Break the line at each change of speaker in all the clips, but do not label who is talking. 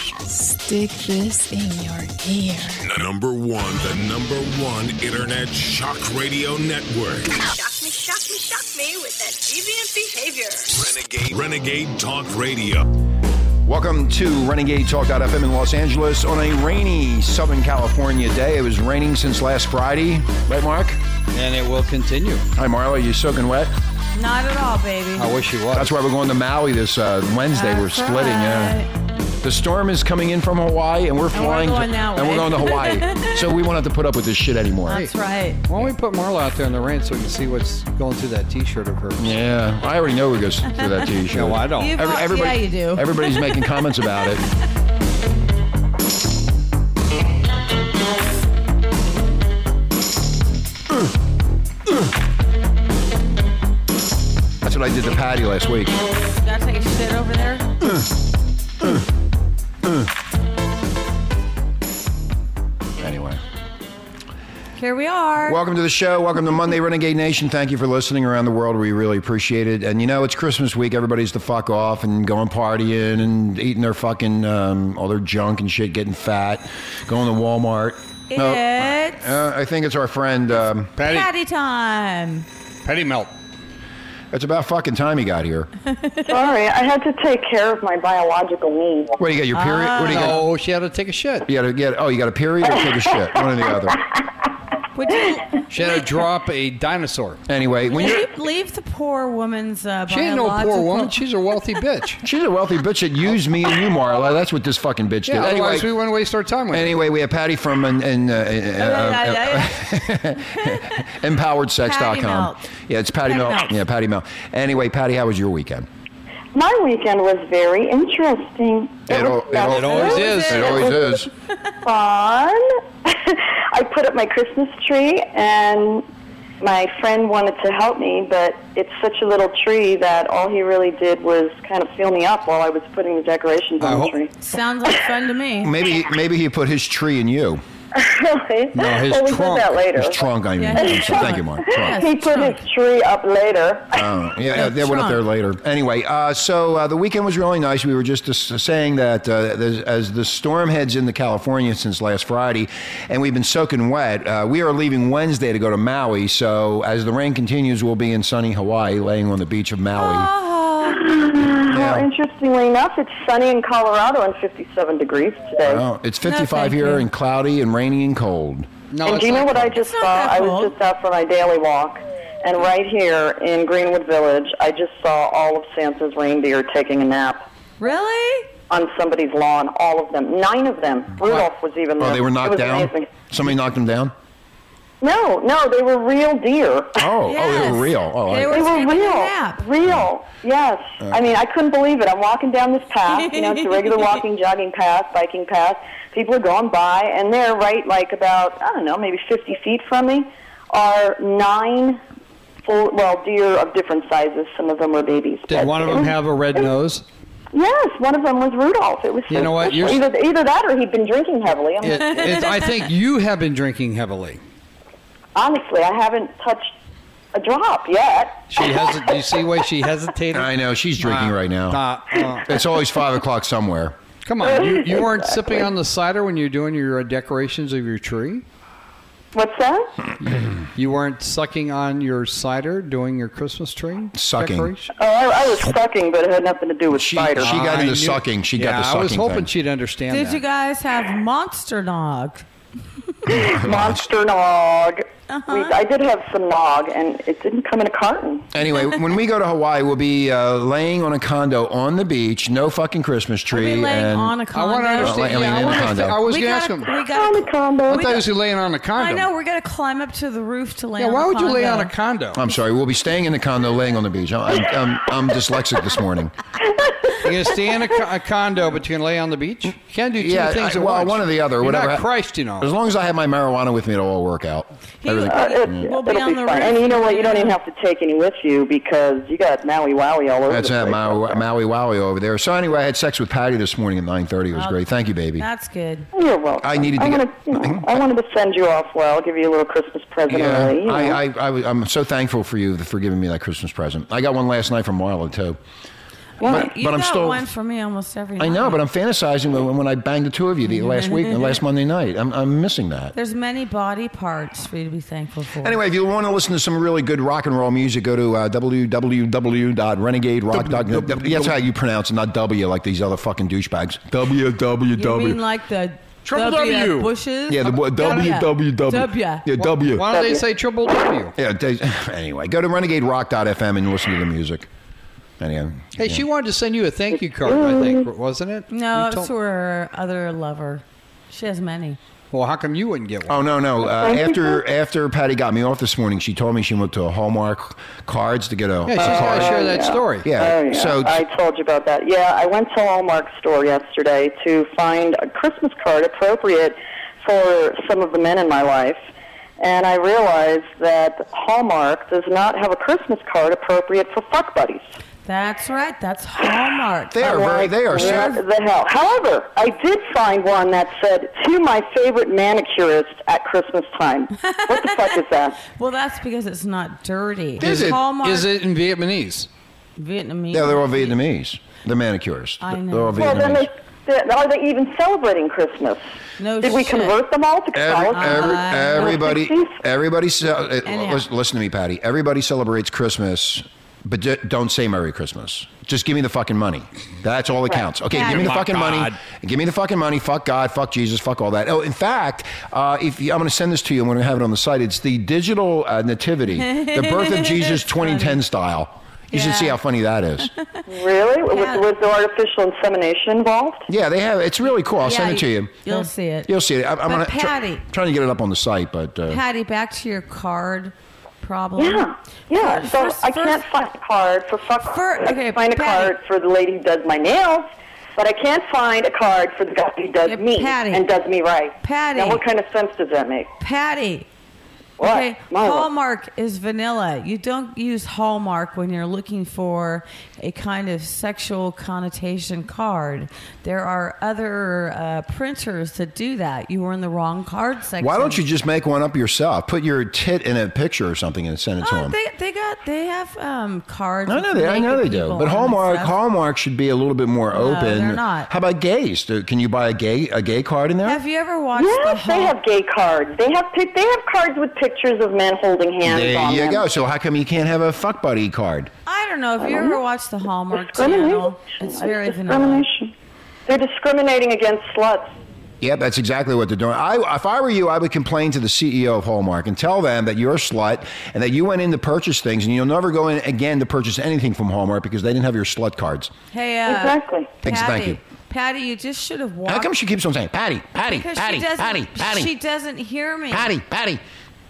Stick this in your ear.
Number one, the number one internet shock radio network.
Shock me, shock me, shock me with that deviant
Renegade,
behavior.
Renegade Talk Radio.
Welcome to Renegade Talk.fm in Los Angeles on a rainy Southern California day. It was raining since last Friday, right, Mark?
And it will continue.
Hi, Marla. You soaking wet?
Not at all, baby.
I wish you was.
That's why we're going to Maui this uh, Wednesday. we're
That's
splitting. Yeah. The storm is coming in from Hawaii, and we're flying.
going that
and we're
way.
going to Hawaii, so we won't have to put up with this shit anymore.
That's right.
Why don't we put Marla out there in the rain so we can see what's going through that T-shirt of hers?
Yeah, I already know we're going to that T-shirt.
No, I don't.
You-
Every-
Oh, yeah,
everybody,
you do.
Everybody's making comments about it. That's what I did to Patty last week.
You gotta take a shit over there.
Anyway.
Here we are.
Welcome to the show. Welcome to Monday Renegade Nation. Thank you for listening around the world. We really appreciate it. And you know, it's Christmas week. Everybody's the fuck off and going partying and eating their fucking um, all their junk and shit, getting fat, going to Walmart. No,
it's
uh, I think it's our friend. Um,
Patty,
patty time.
Patty melt.
it's about fucking time he got here.
Sorry, I had to take care of my biological needs.
What do you got? Your period? what do you got?
No, Oh, she had to take a shit.
You got to get. Oh, you got a period or take a shit? One or the other.
Would you
She had to drop a dinosaur.
Anyway, when you.
leave, leave the poor woman's uh,
She ain't no poor
biological-
woman. She's a wealthy bitch.
She's a wealthy bitch that used me and you, Marla. That's what this fucking bitch did.
Yeah,
anyway,
otherwise we wouldn't waste our time with her.
anyway, we have Patty from and and. Uh,
Yeah,
uh, uh,
yeah, yeah. Patty
empoweredsex.com.
Melt.
Yeah, it's Patty,
Patty
Melt.
Melt.
Yeah, Patty Melt. Anyway, Patty, how was your weekend?
My weekend was very interesting.
It al-
was
it al- it
always
festive.
is.
It always is.
Fun. I put up my Christmas tree, and my friend wanted to help me, but it's such a little tree that all he really did was kind of fill me up while I was putting the decorations
I
on the
hope-
tree.
Sounds like fun to me.
Maybe maybe he put his tree in you.
really?
No, his
well, we
trunk.
did that later.
His trunk, I mean.
Yeah, his
So thank
trunk.
you, Mark.
Yes.
Trunk.
he put
trunk.
his tree up later.
Oh, yeah, yeah, they went up
trunk.
there later. Anyway, uh, so uh, the weekend was really nice. We were just uh, saying that uh, there's- as the storm heads into California since last Friday, and we've been soaking wet, uh, we are leaving Wednesday to go to Maui. So as the rain continues, we'll be in sunny Hawaii, laying on the beach of Maui.
Oh,
Well, interestingly enough, it's sunny in Colorado and 57 degrees today.
Oh, it's
No,
55
thank
here
you.
and cloudy and rainy and cold.
No,
and
it's
do you know
not
what I
cold.
just
Oh, It's not
saw?
that
I was
cold.
just out for my daily walk, and right here in Greenwood Village, I just saw all of Santa's reindeer taking a nap
really?
on somebody's lawn. All of them, nine of them. Rudolph was even there.
Oh, they were
It
knocked
was
down?
amazing.
Somebody knocked them down?
No, no, they were real deer.
Oh, oh, they
Yes.
were real. Oh,
They
I-
were-
They were
taking a
real,
nap.
real. Yes, I mean I couldn't believe it. I'm walking down this path, you know, it's a regular walking, jogging path, biking path. People are going by, and they're right, like about I don't know, maybe 50 feet from me, are nine full, well, deer of different sizes. Some of them were babies.
Did
but
one of
it
them
was-
have a red nose?
Yes, one of them was Rudolph. It was.
You
so
know what, you're-
special. Either either that, or he'd been drinking heavily. I'm,
It, it, I think you have been drinking heavily.
honestly, I haven't touched a drop yet.
She has. Do you see why she hesitated?
I know. She's drinking
Nah,
right now.
nah, uh,
It's always 5 o'clock somewhere.
come on, you, you weren't sipping on the cider when you were doing your uh, decorations of your tree.
What's that?
You weren't sucking on your cider doing your Christmas tree
Sucking.
decoration?
Oh, I, I was sucking, but it had nothing to do with
She,
spider.
she got
I
into
knew-
sucking. She
yeah,
got the sucking
I was hoping
thing.
she'd understand
Did
that.
you guys have monster nog?
Monster nog. We,
Uh-huh.
I did have some nog, and it didn't come in a carton.
Anyway, when we go to Hawaii, we'll be uh, laying on a condo on the beach, no fucking Christmas
Are
tree.
we laying
and
on a
I want
condo?
to understand.
I mean,
yeah, I,
in the
wanna
condo.
fi- I was
we
going to ask
got,
him.
Oh, we
I
got
On a condo.
thought he was laying on a condo.
I know we're gonna climb up to the roof to lay
Yeah,
on.
why
the
would you lay on
condo.
a condo?
I'm sorry, we'll be staying in the condo, laying on the beach. I'm, I'm, I'm dyslexic this morning.
You're going to stay in a, co- a condo, but you can lay on the beach? You can't do two
Yeah,
things
I-
at
well,
once.
one or the other,
You're
whatever.
Not Christ, you know.
As long as I have my marijuana with me, it'll all work out.
He-
Everything-
Uh, it,
We'll be
it'll
on
be
the
fun.
roof.
And you know what? You don't even have to take any with you because you got Maui Wowie all over
That's
the
that
place.
Maui, Maui Wowie over there. So anyway, I had sex with Patty this morning at 9:30. It was great. Thank you, baby.
That's good.
You're welcome.
I needed to
wanted,
get-
you know, I wanted to send you off well, give you a little Christmas present
Yeah,
early. You know.
I, I, I, was- I'm so thankful for you for giving me that Christmas present. I got one last night from Marla too. But-
you
but I'm
got
still-
one for me almost every night.
I know, but I'm fantasizing when, when I banged the two of you the last week, the last Monday night. I'm, I'm missing that.
There's many body parts for you to be thankful for.
Anyway, if you want to listen to some really good rock and roll music, go to uh, www.renegade.rock.net. That's how you pronounce it, not W like these other fucking douchebags.
you
www.
mean like the
Triple
W,
W.
bushes?
yeah, the
Oh,
word www.
W.
Yeah, W.
Why don't they say triple W?
Yeah, they- anyway, go to renegaderock.fm and listen to the music. Anyhow,
Hey, she wanted to send you a thank you card, I think, wasn't it?
No,
You
it's
told-
to her other lover. She has many.
Well, how come you wouldn't get one?
Oh no no! Uh, after after Patty got me off this morning, she told me she went to Hallmark Cards to get a
Yeah, she's got to share that story.
Oh, Yeah,
Oh, yeah.
so-
I told you about that. Yeah, I went to Hallmark's store yesterday to find a Christmas card appropriate for some of the men in my life, and I realized that Hallmark does not have a Christmas card appropriate for fuck buddies.
That's right. That's Hallmark.
They are
I'm
very
like,
they are
what
ser-
the hell. However, I did find one that said to my favorite manicurist at Christmas time. what the fuck is that?
Well, that's because it's not dirty.
Is it-
Hallmark
Is it in Vietnamese?
Vietnamese?
yeah they're all Vietnamese. The manicures.
I know.
They're all
Well, then
Vietnamese.
they, they- are they even celebrating Christmas?
No
Did we
shit.
convert them all to
Every,
Catholicism?
every,
Uh,
everybody, everybody. ce- uh,
Anyhow.
lis- Listen to me, Patty. Everybody celebrates Christmas, but ju- don't say Merry Christmas. Just give me the fucking money. That's all that counts. Okay, give me the
Fuck
fucking money.
God.
Give me the fucking money. Fuck God. Fuck Jesus. Fuck all that. Oh, in fact, uh, if you, I'm going to send this to you, I'm going to have it on the site. It's the digital uh, nativity, the birth of Jesus 2010 style. You should
Yeah.
see how funny that is.
Really?
Yeah.
Was, was there artificial insemination involved?
Yeah, they have. It's really cool. I'll send
Yeah,
it to you.
You'll see it.
You'll see it. I, I'm
But
gonna
Patty-
trying to get it up on the site, but uh,
Patty, back to your card problem.
Yeah, yeah.
First-
so
first-
I can't
first-
find a card for fuck.
Fir-
I can
okay,
find a
Patty.
card for the lady who does my nails, but I can't find a card for the guy who does
Yeah,
me
Patty.
and does me right.
Patty.
Now, what kind of sense does that make?
Patty.
What?
Okay,
My lord.
Hallmark is vanilla. You don't use Hallmark when you're looking for a kind of sexual connotation card. There are other uh, printers that do that. You were in the wrong card section.
Why don't you just make one up yourself? Put your tit in a picture or something and send it to
Oh,
them.
they, they got they have um, cards.
I know they, I know they do, but Hallmark Hallmark should be a little bit more open.
they're not.
How about gays? Do, can you buy a gay a gay card in there?
Have you ever watched the
Yes, they
Hall-
have gay cards. They have pic- they have cards with pictures of men holding hands
there
on
you
them.
go. So how come you can't have a fuck buddy card?
I don't know if you ever watched the Hallmark
Discrimination.
channel. It's very vanilla.
discrimination. They're discriminating against sluts.
Yep, that's exactly what they're doing. I, if I were you, I would complain to the CEO of Hallmark and tell them that you're a slut and that you went in to purchase things and you'll never go in again to purchase anything from Hallmark because they didn't have your slut cards.
Hey, uh,
Exactly.
Thanks,
Patty,
thank you.
Patty, you just should have walked.
How come she keeps on saying Patty, Patty,
because
Patty,
she doesn't,
Patty, Patty,
She doesn't hear me.
Patty, Patty?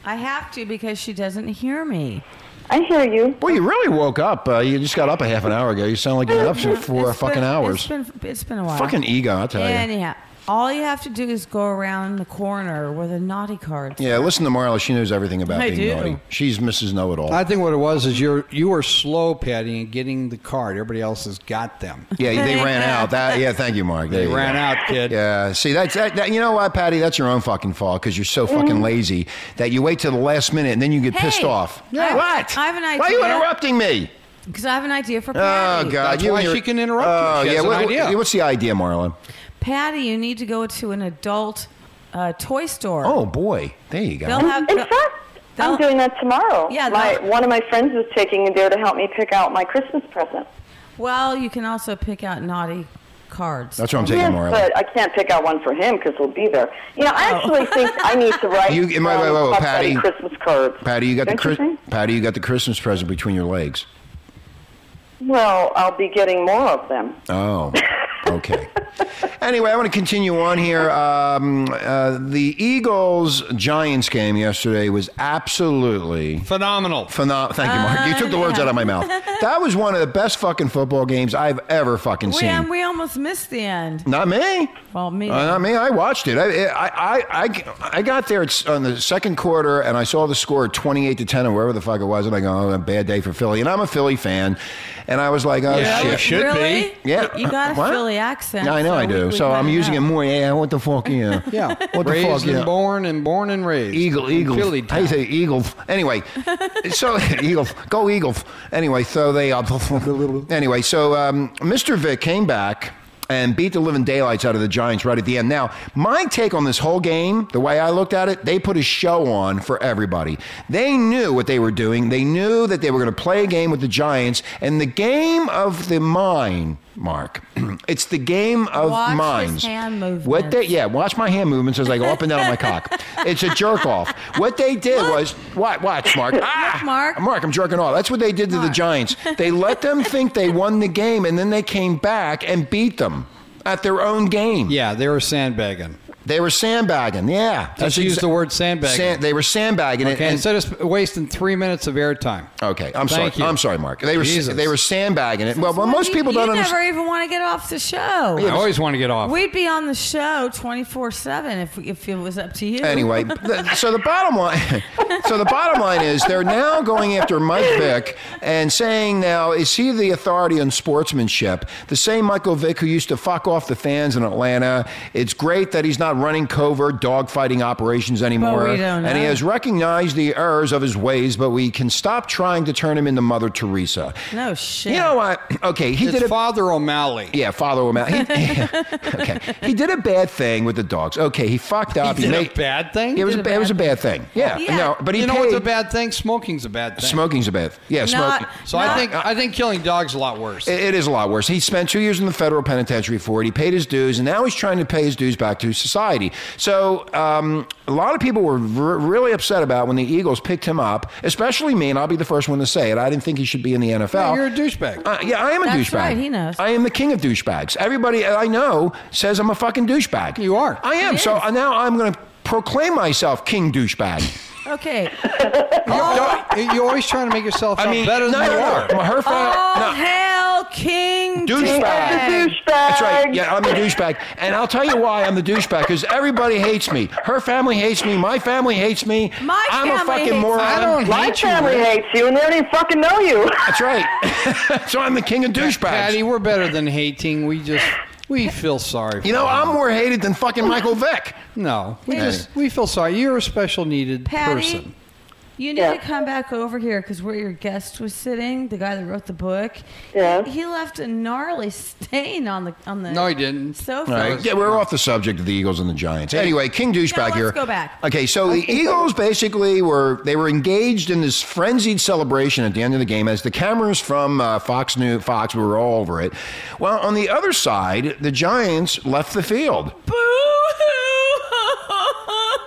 I have to because she doesn't hear me.
I hear you.
Well, you really woke up. Uh, you just got up a half an hour ago. You sound like you've been up for four
It's
fucking
been-
hours.
It's been, it's been a while.
fucking ego, I tell you.
Anyhow, all you have to do is go around the corner where the naughty cards.
Yeah, listen to Marla. She knows everything about
I
being
do.
naughty. She's Mrs. Know It All.
I think what it was is you're you were slow, Patty, in getting the card. Everybody else has got them.
yeah, they ran out. That yeah, thank you, Mark. There
They
you
ran
go.
out, kid.
Yeah, see that's that, that. You know what, Patty? That's your own fucking fault because you're so fucking lazy that you wait till the last minute and then you get
Mm. Hey,
pissed off.
I have-
what?
I have an
Why are you
idea.
interrupting me?
Because I have an idea for Patty.
Oh God,
That's
you
why
and your-
she can interrupt you.
Oh
She
yeah,
has an
what- what-
idea.
what's the idea, Marla?
Patty, you need to go to an adult uh, toy store.
Oh boy, there you go.
They'll have.
In fact, I'm
Um, they'll-
doing that tomorrow.
Yeah,
my,
they'll-
one of my friends was taking me there to help me pick out my Christmas present.
Well, you can also pick out naughty cards.
That's what I'm taking, Marla.
but I can't pick out one for him because he'll be there. You know, I
Oh.
actually think I need to write
You- wait, wait, wait,
um,
wait,
Puff
Patty.
Daddy Christmas cards.
Patty, you got the
Don't you
Chris-
think?
Patty, you got the Christmas present between your legs.
Well, I'll be getting more of them.
Oh, okay. anyway, I want to continue on here. Um, uh, the Eagles Giants game yesterday was absolutely.
Phenomenal.
Phenomenal. Thank you, Mark. You took the words out of my mouth. That was one of the best fucking football games I've ever fucking
we, and
seen.
we almost missed the end.
Not me.
Well, me.
Uh, not me. I watched it. I, I, I, I, I got there at s- on the second quarter and I saw the score 28 to 10 or wherever the fuck it was. And I go, oh, a bad day for Philly. And I'm a Philly fan. And I was like, oh,
Yeah,
shit.
we should
really?
be.
Yeah.
You got a
What?
Philly accent.
I know I do. so I'm using it more. Yeah, what the fuck? Yeah.
Yeah.
What the
raised
fuck?
and
Yeah.
born and born and raised.
Eagle,
in
Eagle.
Philly
How you
town.
say Eagle? Anyway, so Eagle, go Eagle. Anyway, so they. Uh, anyway, so um, Mr. Vick came back and beat the living daylights out of the Giants right at the end. Now, my take on this whole game, the way I looked at it, they put a show on for everybody. They knew what they were doing. They knew that they were going to play a game with the Giants, and the game of the mind, Mark. it's the game of
Watch his
minds.
hand
What they
movements.
yeah, watch my hand movements as I go up and down on my cock. It's a jerk off. What they did was watch, watch Mark. Ah,
Mark.
Mark, I'm jerking off. That's what they did to the
Mark.
Giants. They let them think they won the game, and then they came back and beat them at their own game.
Yeah, they were sandbagging.
They were sandbagging. Yeah,
Just use the word sandbagging.
Sand- they were sandbagging. it,
Okay,
and- Oh.
instead of sp- wasting three minutes of airtime.
okay, I'm
Thank
sorry.
you.
I'm sorry, Mark. They were
Jesus.
they were sandbagging it. Well, well most people
you
don't
never
understand.
even want to get off the show.
I always want to get off.
We'd be on the show 24 7 if if it was up to you.
anyway, th- so the bottom line, so the bottom line is they're now going after Mike Vick and saying now is he the authority on sportsmanship? The same Michael Vick who used to fuck off the fans in Atlanta. It's great that he's not running covert dogfighting operations anymore,
But we don't
and he
know.
has recognized the errors of his ways. But we can stop trying to turn him into Mother Teresa.
No shit.
You know what? Okay, he
It's
did a
Father O'Malley.
yeah, follow him out. He, okay, he did a bad thing with the dogs. Okay, he fucked up.
did a bad thing?
It was,
He
a,
did a
it was a
bad
bad thing. Yeah,
Yeah.
no, but he
you know
paid.
what's a bad thing? Smoking's a bad thing.
Smoking's a bad. Yeah,
Not-
smoking. Uh,
So I
Not-
think I think killing dogs a lot worse.
It- It is a lot worse. He spent two years in the federal penitentiary for it. He paid his dues, and now he's trying to pay his dues back to society. So um, a lot of people were r- really upset about when the Eagles picked him up, especially me, and I'll be the first one to say it. I didn't think he should be in the NFL.
Yeah, you're a douchebag.
Uh, yeah, I am a
That's
douchebag.
right, he knows.
I am the king of douchebags. Everybody uh, I know says I'm a fucking douchebag.
You are.
I am. So uh, now I'm going to proclaim myself king douchebag.
Okay.
You're, you're always trying to make yourself
I
sound
mean,
better than
no,
you
no,
are.
no. Her fa-
All
no.
hail King
Douchebag.
Oh, Douchebag.
douchebag.
That's right. Yeah, I'm the douchebag. And I'll tell you why I'm the douchebag because everybody hates me. Her family hates me. My family hates me.
My
I'm a
family
fucking
hates
moron.
me.
I don't
My
hate you.
family
Rick.
hates you, and they don't even fucking know you.
That's right. so I'm the king of douchebags.
Patty, we're better than hating. We just we feel sorry.
you know, I'm more hated than fucking Michael Vick.
no. We
Patty.
just we feel sorry. You're a special needed
Patty,
person.
You need
Yeah.
to come back over here because where your guest was sitting, the guy that wrote the book,
Yeah.
he left a gnarly stain on the on the
No, he didn't.
sofa.
All right. Yeah, we're off the subject of the Eagles and the Giants. Anyway, King douchebag
let's
here.
go back.
Okay, so the Eagles basically were they were engaged in this frenzied celebration at the end of the game as the cameras from uh, Fox News Fox were all over it. Well, on the other side, the Giants left the field.
Boo-hoo!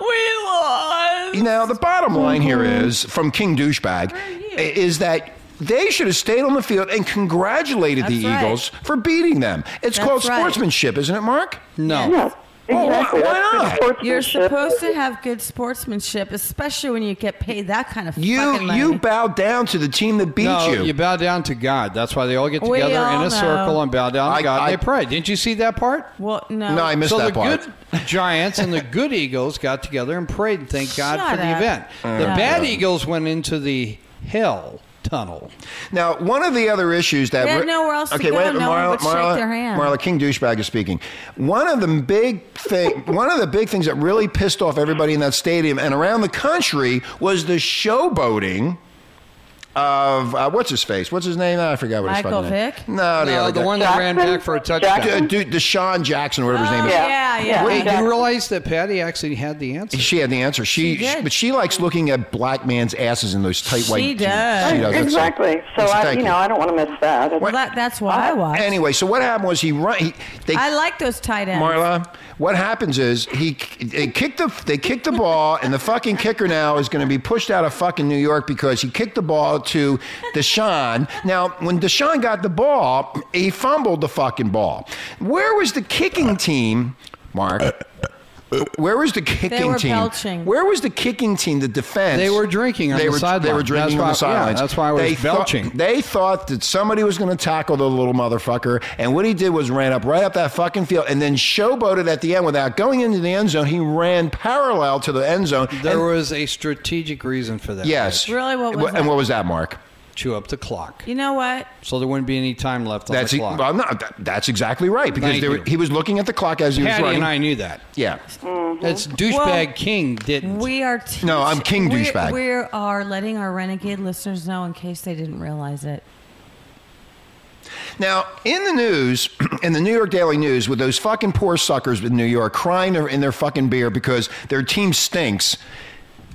we lost.
Now, the bottom line here is from King Douchebag
Where are you?
is that they should have stayed on the field and congratulated the
That's right.
Eagles for beating them. It's
That's
called
right.
sportsmanship, isn't it, Mark?
No.
Yeah,
Oh,
Well, why-
exactly.
why
That's good
not?
sportsmanship.
You're supposed to have good sportsmanship, especially when you get paid that kind of
You
fucking money.
you bow down to the team that beat
No,
you.
you bow down to God. That's why they all get
We
together in
all
a
know.
circle and bow down to
I-
God.
I-
and they pray. Didn't you see that part?
well, no,
no, I missed
so
that
the
part.
good Giants and the good Eagles got together and prayed and thanked God
Shut
for the
up.
event.
Mm.
The
Yeah.
bad Eagles went into the hell tunnel.
Now, one of the other issues that
They had nowhere else to go. No one would shake their hand.
Marla, King douchebag is speaking. One of the big thing, one of the big things that really pissed off everybody in that stadium and around the country was the showboating. Of uh, what's his face? What's his name? Ah, I forgot what
Michael
his fucking
Vick?
name. No, the
No,
other
the
guy.
one that ran
Jackson?
back for a touchdown.
Jackson?
Dude, dude, Deshaun Jackson, whatever his name is.
Yeah, Oh, yeah.
Yeah.
Wait, do
Jackson.
you realize that Patty actually had the answer?
She had the answer. She,
She did.
but she likes looking at black man's asses in those tight
She
white.
does.
She does. That's-
Exactly. So I,
Thank
you
you.
know, I don't want to miss that.
Well, that, that's why I, watch.
Anyway, so what happened was he run. He, they,
I like those tight ends.
Marla, what happens is he they kicked the they kicked the ball, and the fucking kicker now is going to be pushed out of fucking New York because he kicked the ball to Deshaun. Now, when Deshaun got the ball, he fumbled the fucking ball. Where was the kicking team, Mark? Where was the kicking
were
team?
belching.
Where was the kicking team? The defense.
They were drinking on
they
the
were, They
sideline.
were drinking
That's
on the
why- yeah,
sidelines.
that's why I was
They thought-
belching.
they thought that somebody was going to tackle the little motherfucker, and what he did was ran up right up that fucking field and then showboated at the end without going into the end zone. He ran parallel to the end zone.
There
and-
was a strategic reason for that.
yes,
Really, what was
and
that?
what was that, Mark?
chew up the clock.
You know what?
So there wouldn't be any time left on
That's
the
e-
clock.
well, no, that, that's exactly right because
Thank
there,
you.
he was looking at the clock as he was
Patty
running.
and I knew that.
yeah,
That's douchebag
Well,
King didn't.
We are. Teach-
No, I'm king
we-
douchebag.
We are letting our renegade listeners know in case they didn't realize it.
Now, in the news, in the New York Daily News, with those fucking poor suckers in New York crying in their fucking beer because their team stinks,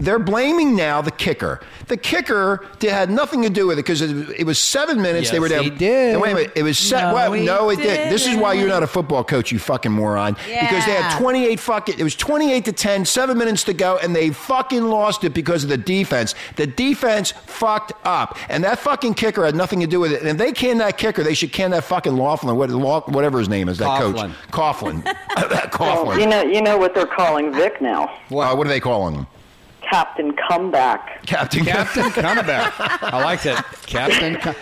they're blaming now the kicker. The kicker did- had nothing to do with it because it, it was seven minutes. they
Yes,
were down.
he did.
And wait a minute. It was set.
No,
well,
he
no, it did. This is why you're not a football coach, you fucking moron. Because they had
Yeah.
28 fucking. It was 28 to 10, seven minutes to go, and they fucking lost it because of the defense. The defense fucked up, and that fucking kicker had nothing to do with it. And if they can that kicker, they should can that fucking Laughlin, what, Laugh- whatever his name is, that coach, Coughlin, that
Well, you
Coughlin.
know, you know what they're calling Vic now,
Uh, what are they calling him?
Captain Comeback.
Captain.
Captain Comeback. I like that. Captain. Com-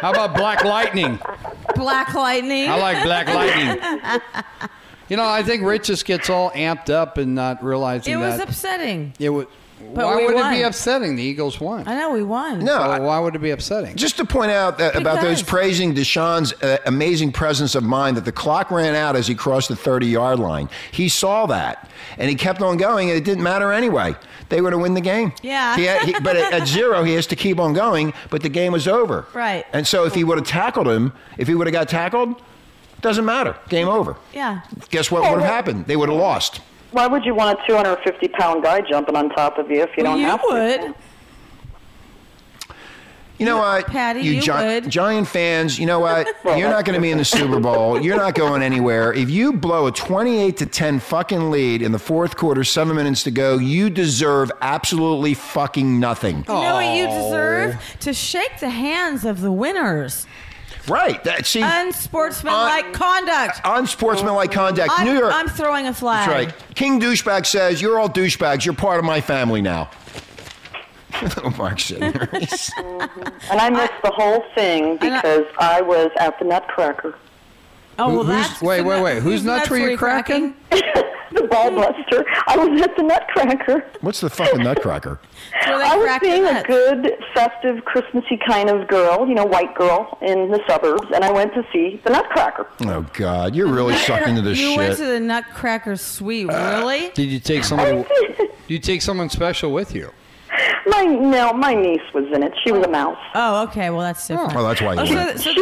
How about Black Lightning?
Black lightning.
I like Black Lightning. You know, I think Rich just gets all amped up and not realizing
it was
that
upsetting.
it would.
but
why
we
would it
won.
be upsetting? The Eagles won.
I know we won.
No,
So
I-
why would it be upsetting?
Just to point out that, about
Because-
those praising Deshaun's uh, amazing presence of mind that the clock ran out as he crossed the 30 yard line. He saw that and he kept on going, and it didn't matter anyway. They were to win the game.
Yeah.
He had- he- but at, at zero, he has to keep on going, but the game was over.
Right.
And so if he would have tackled him, if he would have got tackled, doesn't matter. Game over.
Yeah.
Guess what would have happened? They would have lost.
Why would you want a 250 pound guy jumping on top of you if you
Well,
don't
you
have to?
would.
You know what,
Patty, you
Gi-
would.
Giant fans, you know what? You're not going to be in the Super Bowl. You're not going anywhere. If you blow a 28 to 10 fucking lead in the fourth quarter, seven minutes to go, you deserve absolutely fucking nothing.
You know what you
Oh.
deserve? To shake the hands of the winners.
Right? That see,
Unsportsmanlike
Un-
conduct.
unsportsmanlike conduct.
I'm,
Uh, New York.
I'm throwing a flag.
That's right. King douchebag says, "You're all douchebags. You're part of my family now." Oh, Mark Sidney.
And I missed the whole thing
I-
because I was at the Nutcracker.
Oh,
Who-
well,
who's-
that's
wait, wait, wait. Who's nuts were you cracking?
The ball buster. I was at the Nutcracker.
What's the fucking nutcracker?
Where they
I was
cracked
being
the
a
nuts.
good, festive, Christmassy kind of girl, you know, white girl in the suburbs, and I went to see the Nutcracker.
Oh God, you're really sucked into this
You
shit. Uh,
went to the Nutcracker Suite, really?
Did you take someone? Did you take someone special with you?
My no, my niece was in it. She was a mouse.
Oh, okay. Well, that's different.
Oh, that's why you
Oh, so-
went.
so-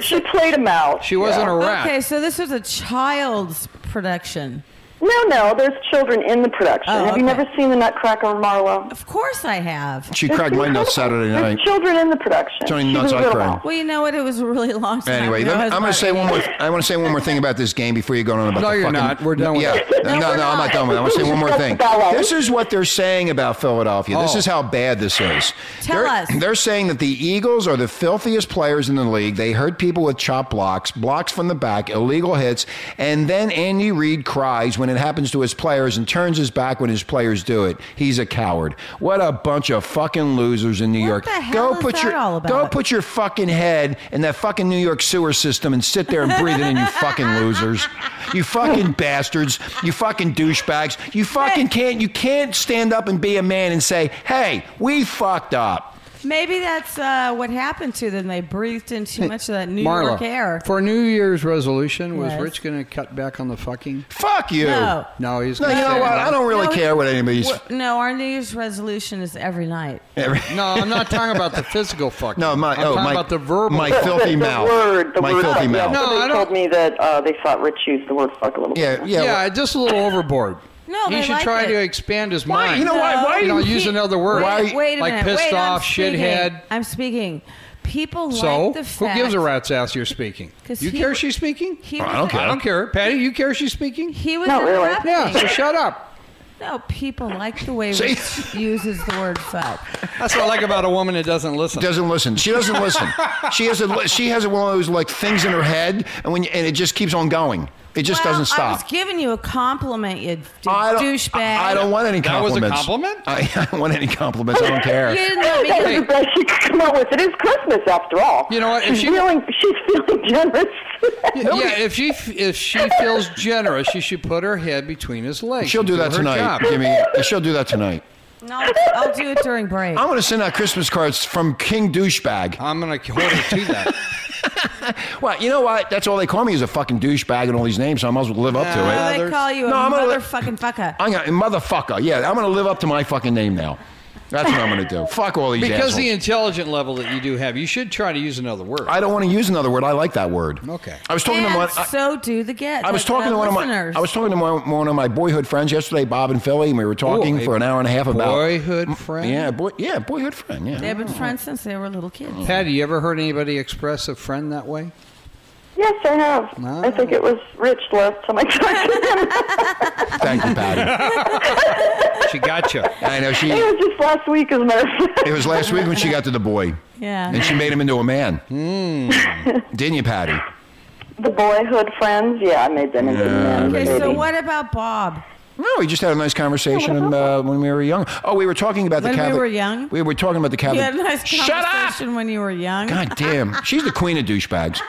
She played a mouse.
She wasn't a rat.
okay, so this was a child's production.
No, no, there's children in the production.
Oh,
Have you
okay.
never seen the Nutcracker, Marlo?
Of course I have.
She cracked my nuts Saturday night.
There's children in the production.
It's only
She's
nuts
a
I
little
cry.
mouse.
Well, you know what? It was a really long time.
Anyway,
ago.
let me,
It
I'm
was
going to say one
about
more.
eight.
I want to say one more thing about this game before you go on about.
No,
the fucking-
you're not. We're done with
yeah.
it.
No,
No,
no,
we're
no, I'm not
not.
done with it. I want to say one more thing.
Hello.
This is what they're saying about Philadelphia. This
Oh.
is how bad this is.
Tell
they're,
us.
They're saying that the Eagles are the filthiest players in the league. They hurt people with chop blocks, blocks from the back, illegal hits, and then Andy Reid cries when it happens to his players and turns his back when his players do it. He's a coward. What a bunch of fucking losers in New
What
York.
the hell
go
is
put
that
your
all about?
go put put your fucking head in that fucking New York sewer system and sit there and breathe it in, you fucking losers. You fucking bastards. You fucking douchebags. You fucking can't you can't stand up and be a man and say, hey, we fucked up.
Maybe that's uh, what happened to them. They breathed in too much of that New
Marla,
York air.
for New Year's resolution, was
Yes.
Rich going to cut back on the fucking?
Fuck you.
No.
No, he's.
No, you
gonna
know
say
what? I don't really
No,
care what anybody's
Wh- No, our New Year's resolution is every night.
No, I'm not talking about the physical fucking.
No, my
I'm
oh
talking
my,
about the verbal.
my
The-
filthy
the,
mouth.
The word, the
my
word.
filthy
fuck.
mouth.
No, I
Somebody
don't-
told me that uh, they thought Rich used the word fuck a little
Yeah,
bit.
yeah.
yeah, just a little overboard.
No,
he
they
should
Oh, like
try
it.
to expand his mind.
you know why- why
You
do
know,
you
use
keep-
another word.
Wait, wait a
like
minute.
pissed
Wait, I'm
off,
speaking.
shithead.
I'm speaking. People
So,
like the
who
fact.
gives a rat's ass you're speaking?
'Cause
You
he-
care she's speaking?
He
I don't
was-
care.
I don't care. Patty, you care she's speaking?
He was
Not really.
interrupting.
Yeah, so shut up.
No, people like the way
See?
Rich uses the word fuck.
That's what I like about a woman that doesn't listen.
doesn't listen. She doesn't listen. she has a she has one of those like things in her head, and when and it just keeps on going. It just
Well,
doesn't stop.
I was giving you a compliment, you d-
I don't,
douchebag.
I, I don't want any
That was a
compliments.
compliment?
I, I don't want any compliments. I don't
You
care.
didn't let me
That
get
was the best she could come up with. It is Christmas after all.
You know what, if
She's
she-
feeling she's feeling generous.
Yeah, if she if she feels generous, she should put her head between his legs.
She'll
and
do that
her
tonight.
job.
Give me. She'll do that tonight.
No, I'll- I'll do it during break.
I'm going to send out Christmas cards from King Douchebag.
I'm going to hold it to that.
Well, you know what? That's all they call me is a fucking douchebag and all these names, so I might as well live up to
Nah.
it.
What do they
Others-
call you a
No, I'm gonna let-
motherfucking fucker?
I'm gonna, motherfucker. Yeah, I'm going to live up to my fucking name now. That's what I'm going to do. Fuck all these
Because
assholes.
the intelligent level that you do have, you should try to use another word.
I don't want to use another word. I like that word.
Okay.
I was talking
and
to one. I-
so do the get.
I was talking to one of my
listeners.
I was talking to my, one of my boyhood friends yesterday, Bob and Philly, and we were talking
a
for an hour and a half about
boyhood
M-
friend?
Yeah, boy, yeah, boyhood friend. Yeah,
They've been friends since they were little kids.
Patty, you ever heard anybody express a friend that way?
Yes, I have. I
Ah.
think it was Rich last time I talked to him.
thank you, Patty.
She got you.
I know she.
It was just last week, as a matter of fact.
It was last week when she got to the boy,
Yeah.
and she made him into a man.
Hmm.
Didn't you, Patty?
The boyhood friends. Yeah, I made them into men.
Okay, so
baby.
what about Bob?
No, we just had a nice conversation uh, when we were young. Oh, we were talking about the
When we
Catholic.
were young?
We were talking about the
You
Catholic.
had a nice
Shut up!
conversation when you were young.
God damn, she's the queen of douchebags.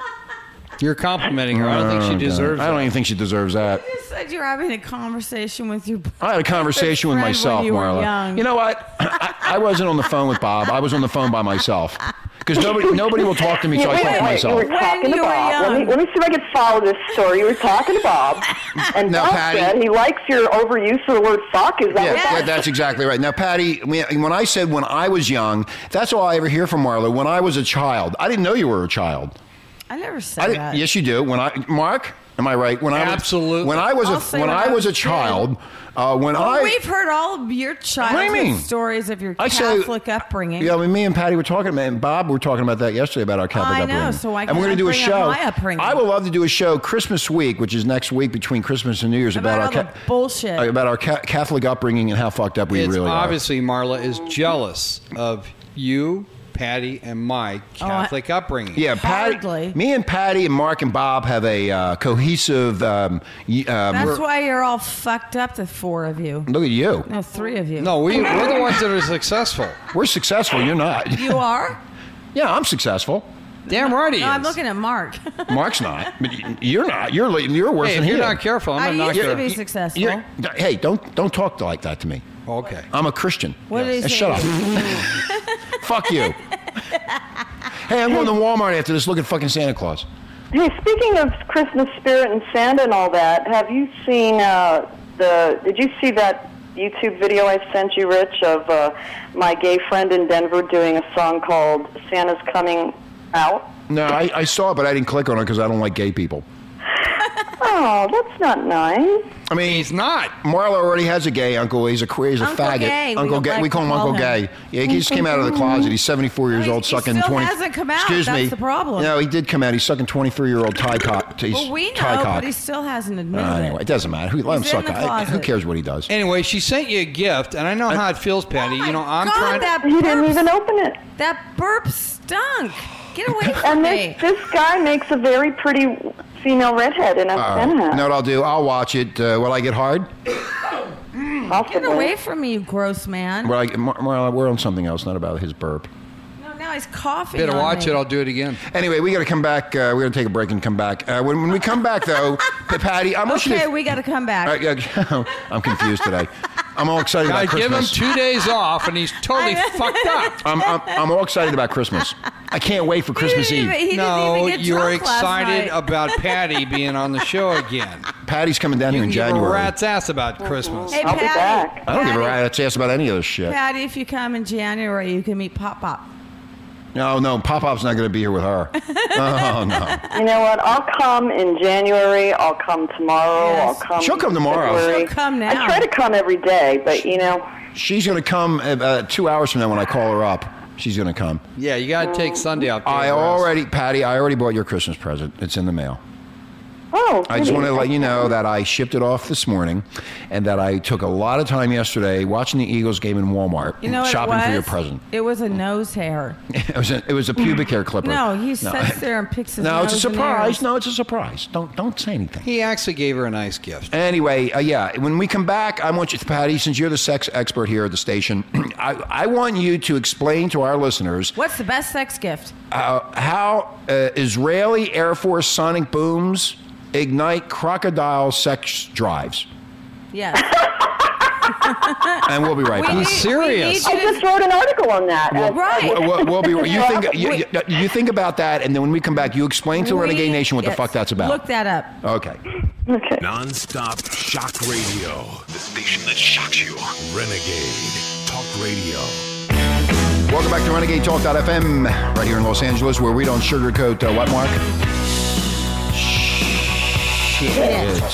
Oh,
You're complimenting her. I don't think she deserves
I don't
it.
even think she deserves that.
You said you're having a conversation with your.
I had a conversation with
friend when
myself,
you were
Marla.
young.
You know what? I, I wasn't on the phone with Bob. I was on the phone by myself because nobody nobody will talk to me, so I
wait,
talk
wait,
to myself.
You were talking
When
to
you were
Bob. Let me,
young.
let me see if I can follow this story. You were talking to Bob, and
Now,
Bob
Patty-
said he likes your overuse of the word fuck. Is that
Yeah,
what that
that- that's exactly right. Now, Patty, when when I said when I was young, that's all I ever hear from Marla. When I was a child, I didn't know you were a child.
I never
I
said
didn't,
that.
yes, you do. When I, Mark, am I right? When I was-
Absolutely.
When I was
I'll
a
say
when
when
I
I
was a
was a kid.
child, uh, when I
We've heard all of your
What do you mean?
childhood stories of your
I say-
Catholic upbringing.
Yeah, I mean, me and Patty were talking about, and Bob were talking about that yesterday about our Catholic
I know,
upbringing.
so why
and we're gonna
can't I
do a
bring up
show.
my upbringing?
I would love to do a show Christmas week, which is next week between Christmas and New Year's,
About
about,
all
our
the bullshit.
about our ca- Catholic upbringing and how fucked up we
it's
really
obviously Marla is jealous of you, Patty, and
Oh,
my Catholic upbringing.
are. Yeah, Patty.
Hardly.
Me and Patty and Mark and Bob have a uh, cohesive. Um, y- um,
That's
we're-
why you're all fucked up, the four of you.
Look at you.
No, three of you.
No, we, we're the ones that are successful.
We're successful. You're not.
You are?
yeah, I'm successful.
Damn right he
No,
is.
I'm looking at Mark.
Mark's not, but y- you're not. You're li- you're worse
Hey,
than
if you're
he is.
not careful,
I
I'm not
used to
going
be successful.
You're- hey, don't don't talk like that to me.
Okay.
I'm a Christian.
What did he
And
say?
Shut up. Fuck you. hey, I'm going to Walmart after this. Look at fucking Santa Claus.
Hey, speaking of Christmas spirit and Santa and all that, have you seen uh, the? Did you see that YouTube video I sent you, Rich, of uh, my gay friend in Denver doing a song called "Santa's Coming Out"?
No, I, I saw it, but I didn't click on it because I don't like gay people.
Oh, that's not nice.
I mean,
He's not.
Marla already has a gay uncle. He's a queer. He's a
Uncle
faggot.
Gay, we
Uncle
don't
Gay.
like
we call him
to call
Uncle
him.
Gay. Yeah, he just came out of the closet. He's 74 years
No,
old,
he- he
sucking
still
20.
hasn't come out.
Excuse
That's
me.
the problem.
No, he did come out. He's sucking 23 year old Ty cock. he's
well, we know,
Ty cock.
but he still hasn't admitted
Uh,
it.
anyway, it doesn't matter. Who, let him
He's
suck.
in the
I- who
closet.
cares what he does?
Anyway, she sent you a gift, and I know how it feels, Patty.
Oh
you know,
my
I'm
God,
trying.
that
He didn't
burp,
even open it.
that burp stunk. Get away from
And
me.
this, this guy makes a very pretty female redhead, and I'm
Uh,
Santa.
you know what I'll do? I'll watch it. Uh, will I get hard?
Possibly.
Get away from me, you gross man.
Well, I, Mar- Marla, we're on something else, not about his burp.
No, now he's coughing.
Better
on
watch
me.
it. I'll do it again.
Anyway, we got to come back. Uh, we're going to take a break and come back. Uh, when, when we come back, though, P- Patty, I want you
Okay,
to.
we got to come back.
Uh, yeah, I'm confused today. I'm all excited
I
about
give him
Christmas.
two days off, and he's totally fucked up.
I'm, I'm, I'm all excited about Christmas. I can't wait for Christmas
He didn't
Eve.
even- he didn't
no,
even get
you're
drunk last
excited
night.
about Patty being on the show again.
Patty's coming down here
You can
in
give a
January.
rat's ass about Christmas.
Hey,
I'll be
Patty,
back.
I don't give a
Patty,
rat's ass about any of this shit.
Patty, if you come in January, you can meet Pop Pop.
No, no, Pop Pop's not going to be here with her. Oh, no.
You know what? I'll come in January. I'll come tomorrow.
Yes.
I'll come.
She'll come tomorrow.
February.
She'll come now.
I try to come every day, but you know,
She's going to come uh, uh, two hours from now when I call her up. She's going to come.
Yeah, you got to take Sunday off.
I
Dave Ross.
already, Patty, I already bought your Christmas present. It's in the mail.
oh.
I just
goody.
want to let you know that I shipped it off this morning and that I took a lot of time yesterday watching the Eagles game in Walmart
You know what it
shopping for your
was?
present.
It was a nose hair.
It was a, it was a pubic hair clipper.
No, he sits there and picks his
No, it's a
nose and
surprise.
ears.
No, it's a surprise. Don't don't say anything.
He actually gave her a nice gift.
Anyway, uh, yeah, when we come back, I want you, Patty, since you're the sex expert here at the station, I, I want you to explain to our listeners
What's the best sex gift?
uh, how uh, Israeli Air Force sonic booms ignite crocodile sex drives.
Yes.
and we'll be right
We
back.
need-
serious.
We
I
need you to-
just wrote an article on that. And-
right.
We'll, we'll- we'll be. You think you,
Wait.
you think about that, and then when we come back, you explain to
We-
Renegade Nation what the
yes.
fuck that's about.
Look that up.
okay.
Okay.
Nonstop shock radio.
The station that shocks you.
Renegade Talk Radio.
Welcome back to Renegade Talk.fm, right here in Los Angeles, where we don't sugarcoat uh, what, Mark?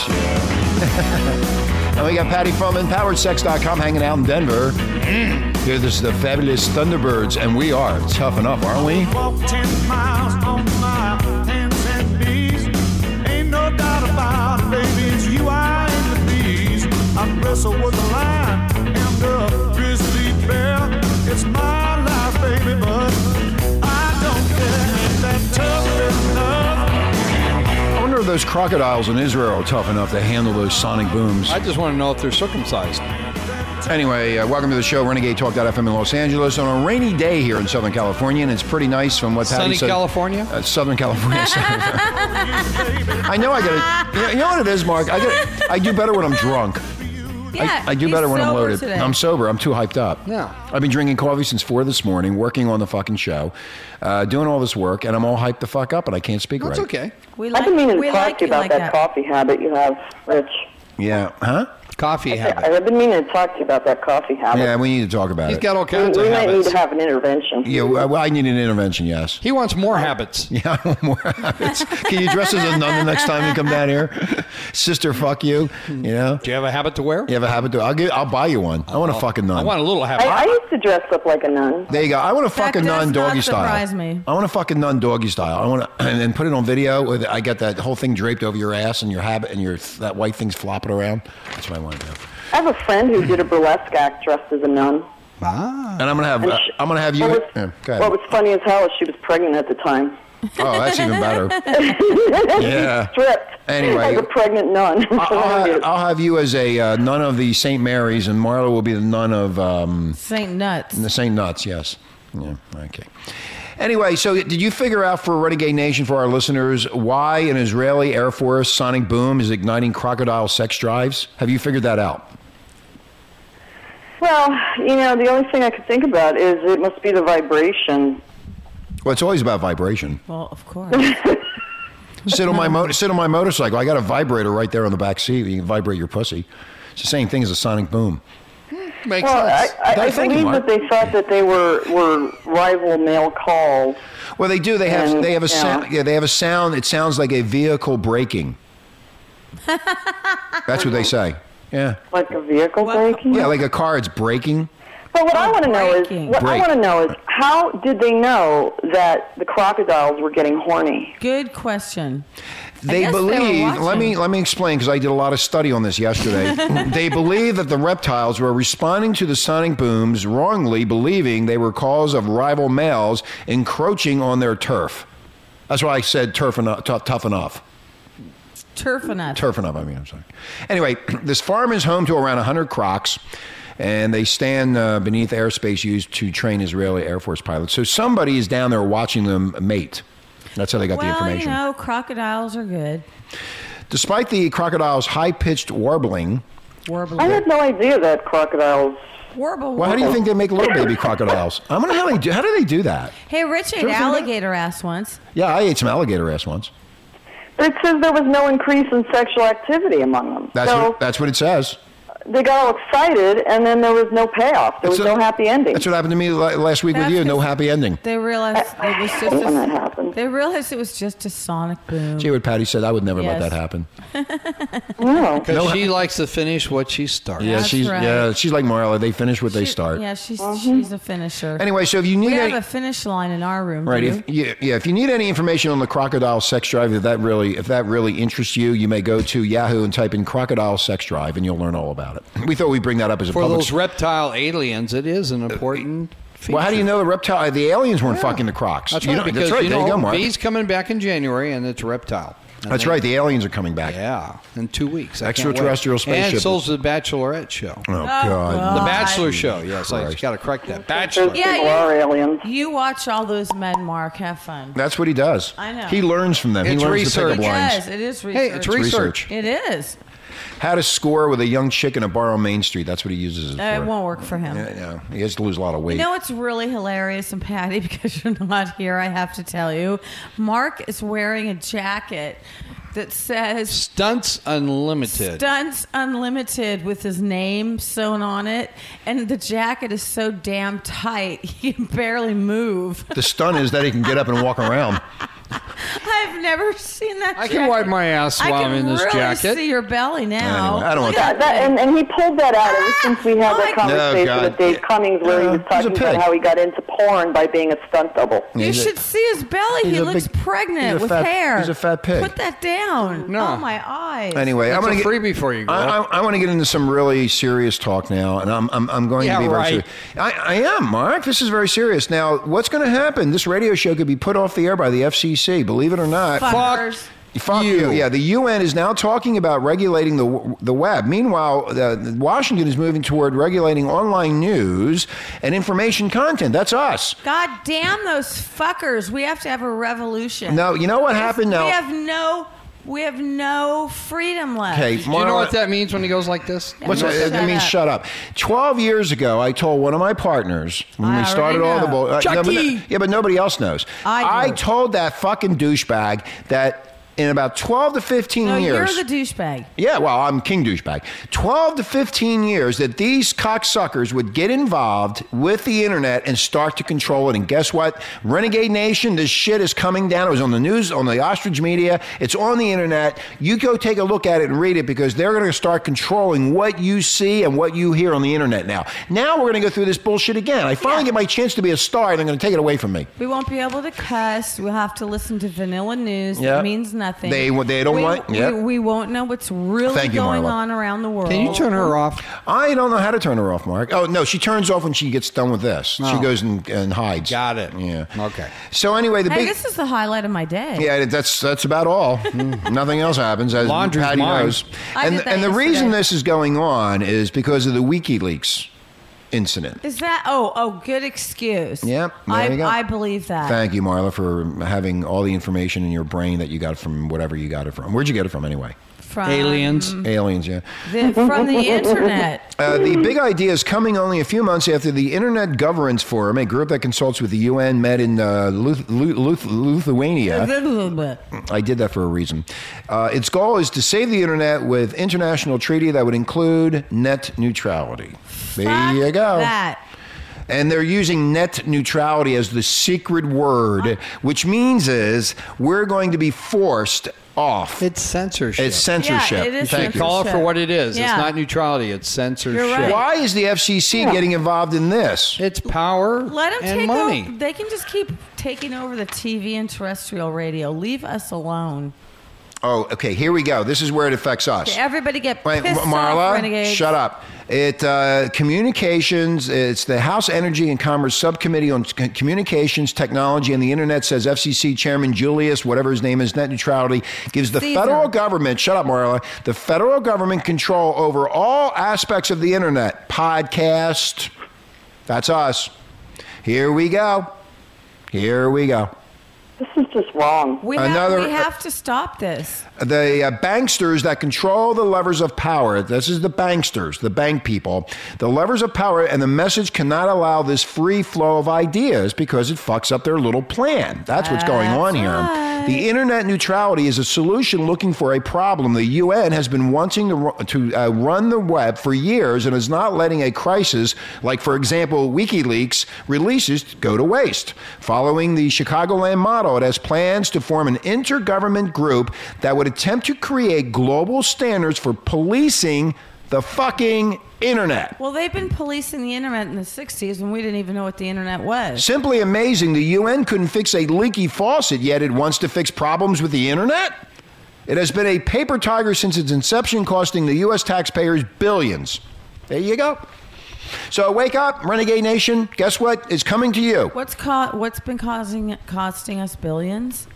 Shit. yeah. and we got Patty from EmpoweredSex.com hanging out in Denver.
Mm.
Here, this is the fabulous Thunderbirds, and we are tough enough, aren't we?
Walk ten miles on my hands and knees. Ain't no doubt about it, baby. It's you I am the bees. I wrestle with the lion and the grizzly bear. It's my life, baby, but I don't care. That tough enough.
I wonder if those crocodiles in Israel are tough enough to handle those sonic booms.
I just want to know if they're circumcised.
Anyway, uh, welcome to the show, Renegade Talk.fm in Los Angeles, on a rainy day here in Southern California, and it's pretty nice from what Patty
Sunny
said.
California?
Uh, Southern California. I know I got to. You know what it is, Mark? I got. I do better when I'm drunk.
Yeah,
I, I do
he's
better when I'm
sober
loaded.
today.
I'm sober. I'm too hyped up.
Yeah.
I've been drinking coffee since four this morning, working on the fucking show, uh, doing all this work, and I'm all hyped the fuck up, and I can't speak
That's
right.
okay.
We
I've been meaning to
we
talk
like
to you about
like
that, coffee habit you have, Rich.
Yeah. Huh?
Coffee habit.
I've been meaning to talk to you about that coffee habit.
Yeah. We need to talk about
He's
it.
got all
we
kinds
we
of
might need
habits.
to have an intervention.
yeah. Well, I need an intervention. Yes.
He wants more habits.
Yeah, I want more habits. Can you dress as a nun the next time you come down here? Sister, fuck you. You know?
Do you have a habit to wear?
You have a habit to I'll give I'll buy you one. I want a fucking nun.
I want a little
I,
habit.
I used to dress up like a nun.
there you go. I want a fucking
does
nun
not
doggy
surprise
style.
me.
I want a fucking nun doggy style. I want to, and then put it on video. With I got that whole thing draped over your ass and your habit and your that white thing's flopping around. That's what I want to do.
I have a friend who did a burlesque act dressed as a nun.
And I'm gonna have
And
uh,
she-
I'm gonna have you.
What was,
yeah, go ahead.
what was funny as hell is she was pregnant at the time.
oh, that's even better. yeah.
Stripped.
Anyway.
Like a pregnant nun.
I'll, I'll have, I'll have you as a uh, nun of the St. Mary's, and Marla will be the nun of um,
Saint Nuts.
The same nuts, yes. Yeah, okay. Anyway, so did you figure out for Renegade Nation, for our listeners, why an Israeli Air Force sonic boom is igniting crocodile sex drives? Have you figured that out?
well, you know, the only thing I could think about is it must be the vibration.
Well, it's always about vibration.
Well, of course.
Sit on my mo- sit on my motorcycle. I got a vibrator right there on the back seat. You can vibrate your pussy. It's the same thing as a sonic boom.
Makes
Well, I,
sense.
I,
Gotta
I
think,
believe
Mark.
that they thought that they were, were rival male calls.
Well, they do. They have
And,
they have a
yeah.
sound. Yeah, they have a sound. It sounds like a vehicle braking. That's what they say. Yeah,
Like a vehicle
What- Oh,
breaking?
yeah, like a car. It's braking.
But what I want to know
Breaking.
is, what
Break.
I want to know is, how did they know that the crocodiles were getting horny?
Good question.
they
guess they were
believe let me
watching.
let me explain because i did a lot of study on this yesterday they believe that the reptiles were responding to the sonic booms wrongly believing they were cause of rival males encroaching on their turf that's why i said turf enough, tough, tough enough
Turf enough.
turfing up. I mean, I'm sorry. Anyway, this farm is home to around 100 crocs, and they stand uh, beneath airspace used to train Israeli Air Force pilots. So somebody is down there watching them mate. That's how they got the
well, you
information.
know, crocodiles are good.
Despite the crocodile's high pitched warbling,
Warble.
I had no idea that crocodiles.
Warble.
well, how do you think they make little baby crocodiles? I wonder how they do. How do they do that?
Hey, Rich ate
Turf enough?
alligator ass once.
Yeah, I ate some alligator ass once.
But it says there was no increase in sexual activity among them.
That's
so
what, that's what it says.
they got all excited, and then there was no payoff. There was
That's
no
what-
happy ending.
That's what happened to me la- last week
That's
with you. No
just-
happy ending.
They realized it was just.
when that
A,
happened.
they realized it was just a sonic boom.
See what Patty said. I would never let
Yes.
that happen.
No.
Because she likes to finish what she starts.
Yeah,
That's
she's
right.
yeah, she's like Marla. They finish what they
She-
start.
Yeah, she's
Uh-huh.
she's a finisher.
Anyway, so if you need
we
any,
have a Mm-hmm. finish line in our room.
right,
do
if,
we?
yeah, yeah, if you need any information on the crocodile sex drive, if that really if that really interests you, you may go to Yahoo and type in crocodile sex drive, and you'll learn all about it. We thought we'd bring that up as a
For
public. Uh,
those reptile aliens, it is an important feature.
well, how do you know the reptile? The aliens weren't fucking the crocs.
That's
You
right,
know-
because you
there
know,
you go, Mark.
bees coming back in January, and it's reptile. And
That's
they-
right. The aliens are coming back.
Yeah, in two weeks. I can't
Extraterrestrial
wait.
spaceship.
And so's the Bachelorette show.
Oh god.
The Bachelor show. Yes, I
Christ.
just got to correct that.
Those
Bachelor.
Yeah,
people
you-
are aliens.
You watch all those men, Mark. Have fun.
That's what he does.
I know.
He learns from them.
It's
he learns the
research.
pickup
He
lines.
Yes, it is research.
Hey, it's
research.
research.
It is.
How to score with a young chick in a bar on Main Street. That's what he uses it for.
Uh, it won't work for him.
Yeah, no, he has to lose a lot of weight.
You know what's really hilarious, and Patty, because you're not here, I have to tell you, Mark is wearing a jacket that says
Stunts Unlimited.
Stunts Unlimited with his name sewn on it, and the jacket is so damn tight he can barely move.
the stunt is that he can get up and walk around.
I've never seen that.
I
jacket.
can wipe my ass
I
while
can
I'm in this
really
jacket.
see your belly now.
Anyway, I don't want
Yeah, that, and, and he pulled that out ever since we had that
Ah! No,
conversation
God.
with Dave Cummings where he
Yeah,
was
he's a
talking about
pig. Mm.
how he got into porn by being a stunt double.
You should see his belly.
he's
He
a
looks
big- he's
pregnant
a
with
fat-
hair.
he's a fat pig.
Put that down.
No.
Oh my eyes.
Anyway, I'm
It's
gonna
a
get,
freebie for you, girl.
I, I, I want to get into some really serious talk now, and I'm I'm, I'm going
Yeah,
to be very
right.
serious. I, I am, Mark. This is very serious. Now, what's going to happen? This radio show could be put off the air by the FCC. Believe it or not.
Fuckers.
Fuck you.
You.
Yeah, the UN is now talking about regulating the the web. Meanwhile, uh, Washington is moving toward regulating online news and information content. That's us.
God damn those fuckers. We have to have a revolution.
Now, you know what happened now?
We have no we have no freedom left.
okay,
Do you know
Marla-
what that means when he goes like this?
What's
Shut
that? That means
up.
shut up. Twelve years ago, I told one of my partners when
I
we
already
started all the
know.
bull. uh, no, but no-
Chucky!
yeah, but nobody else knows.
I do.
told that fucking douchebag that in about twelve to fifteen
No, you're
years.
the douchebag.
yeah, well, I'm king douchebag. Twelve to fifteen years that these cocksuckers would get involved with the internet and start to control it. And guess what? Renegade Nation, this shit is coming down. It was on the news, on the ostrich media. It's on the internet. You go take a look at it and read it because they're going to start controlling what you see and what you hear on the internet now. Now we're going to go through this bullshit again. I finally get my chance to be a star, and they're going to take it away from me.
We won't be able to cuss. We'll have to listen to vanilla news. It
Yeah.
means nothing.
They- they don't
we,
want-
we-
yeah.
We, won't know what's really
Thank you,
going
Marla.
on around the world.
Can you turn
Um,
her off?
I don't know how to turn her off, Mark. Oh no, she turns off when she gets done with this. She
Oh.
goes and, and hides.
Got it.
Yeah.
Okay.
So anyway, the
Hey,
big
this is the highlight of my day.
yeah, that's that's about all. Mm. Nothing else happens. As
Laundry's
Patty
mine.
knows.
I
and
did that
and the
yesterday.
reason this is going on is because of the WikiLeaks incident.
Is that oh oh good excuse?
Yep, there
I
you go.
I believe that.
Thank you, Marla, for having all the information in your brain that you got from whatever you got it from. Where'd you get it from anyway?
from
Aliens.
mm. Mm-hmm.
Aliens, yeah.
the, from the internet.
Uh, the big idea is coming only a few months after the Internet Governance Forum, a group that consults with the UN, met in uh, Luth- Luth- Luth- Lithuania. I did that for a reason. Uh, its goal is to save the internet with international treaty that would include net neutrality. there
Fuck
you go.
That.
And they're using net neutrality as the secret word, which means is we're going to be forced off.
It's censorship.
It's censorship.
Yeah, it is
Thank you.
Call it for what it is.
Yeah.
It's not neutrality. It's censorship.
You're right.
Why is the FCC getting involved in this?
It's power
Let them
and
take
money.
over. They can just keep taking over the TV and terrestrial radio. Leave us alone.
Oh, okay. Here we go. This is where it affects us.
Everybody get
Wait,
pissed off,
Marla,
renegades.
shut up. It uh, communications. It's the House Energy and Commerce Subcommittee on C- Communications, Technology, and the Internet says FCC Chairman Julius, whatever his name is, net neutrality gives the
Caesar.
federal government. Shut up, Marla. The federal government control over all aspects of the internet. Podcast. That's us. Here we go. Here we go.
This is just wrong.
We have,
Another-
we have to stop this.
the uh, banksters that control the levers of power. This is the banksters, the bank people, the levers of power, and the message cannot allow this free flow of ideas because it fucks up their little plan. That's what's going on here. The internet neutrality is a solution looking for a problem. The UN has been wanting to, ru- to uh, run the web for years and is not letting a crisis, like for example WikiLeaks releases, go to waste. Following the Chicagoland model, it has plans to form an intergovernment group that would attempt to create global standards for policing the fucking internet.
Well, they've been policing the internet in the 60s when we didn't even know what the internet was.
Simply amazing. The UN couldn't fix a leaky faucet, yet it wants to fix problems with the internet? It has been a paper tiger since its inception, costing the U.S. taxpayers billions. There you go. So wake up, Renegade Nation. Guess what? It's coming to you.
What's ca- what's been causing costing us billions?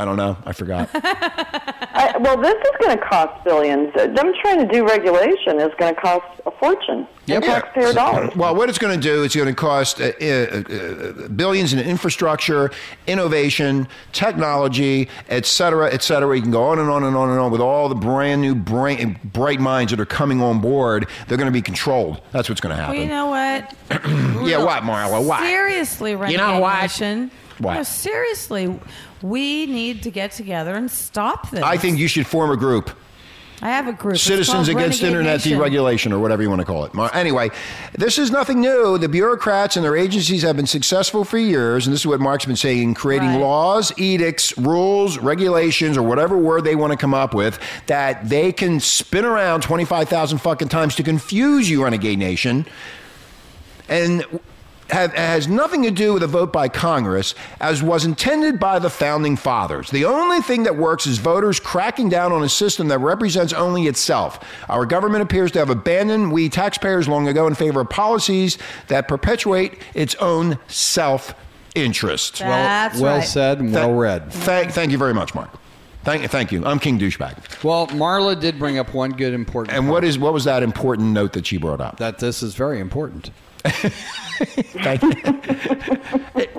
I don't know. I forgot.
I, well, this is going to cost billions. Uh, Them trying to do regulation is going to cost a fortune. in Taxpayer dollars.
Well, what it's going to do, it's going to cost uh, uh, uh, billions in infrastructure, innovation, technology, et cetera, et cetera. You can go on and on and on and on with all the brand new, brain, bright minds that are coming on board. They're going to be controlled. That's what's going to
Well, you
happen.
know what?
yeah, what, Marla? What?
Seriously, Renegade
what?
Nation.
What?
No, seriously, we need to get together and stop this.
I think you should form a group.
I have a group. It's
Citizens
called
Against
Renegade
Internet
Nation.
Deregulation, or whatever you want to call it. Mar- Anyway, this is nothing new. The bureaucrats and their agencies have been successful for years, and this is what Mark's been saying in creating
Right.
laws, edicts, rules, regulations, or whatever word they want to come up with that they can spin around 25,000 fucking times to confuse you, Renegade Nation. And have, has nothing to do with a vote by Congress, as was intended by the founding fathers. The only thing that works is voters cracking down on a system that represents only itself. Our government appears to have abandoned we taxpayers long ago in favor of policies that perpetuate its own self interest.
That's
well
right.
said and well read.
Thank, thank you very much, Mark. Thank, thank you. I'm King Douchebag.
Well, Marla did bring up one good important
And what is what was that important note that she brought up?
that this is very important.
Thank you.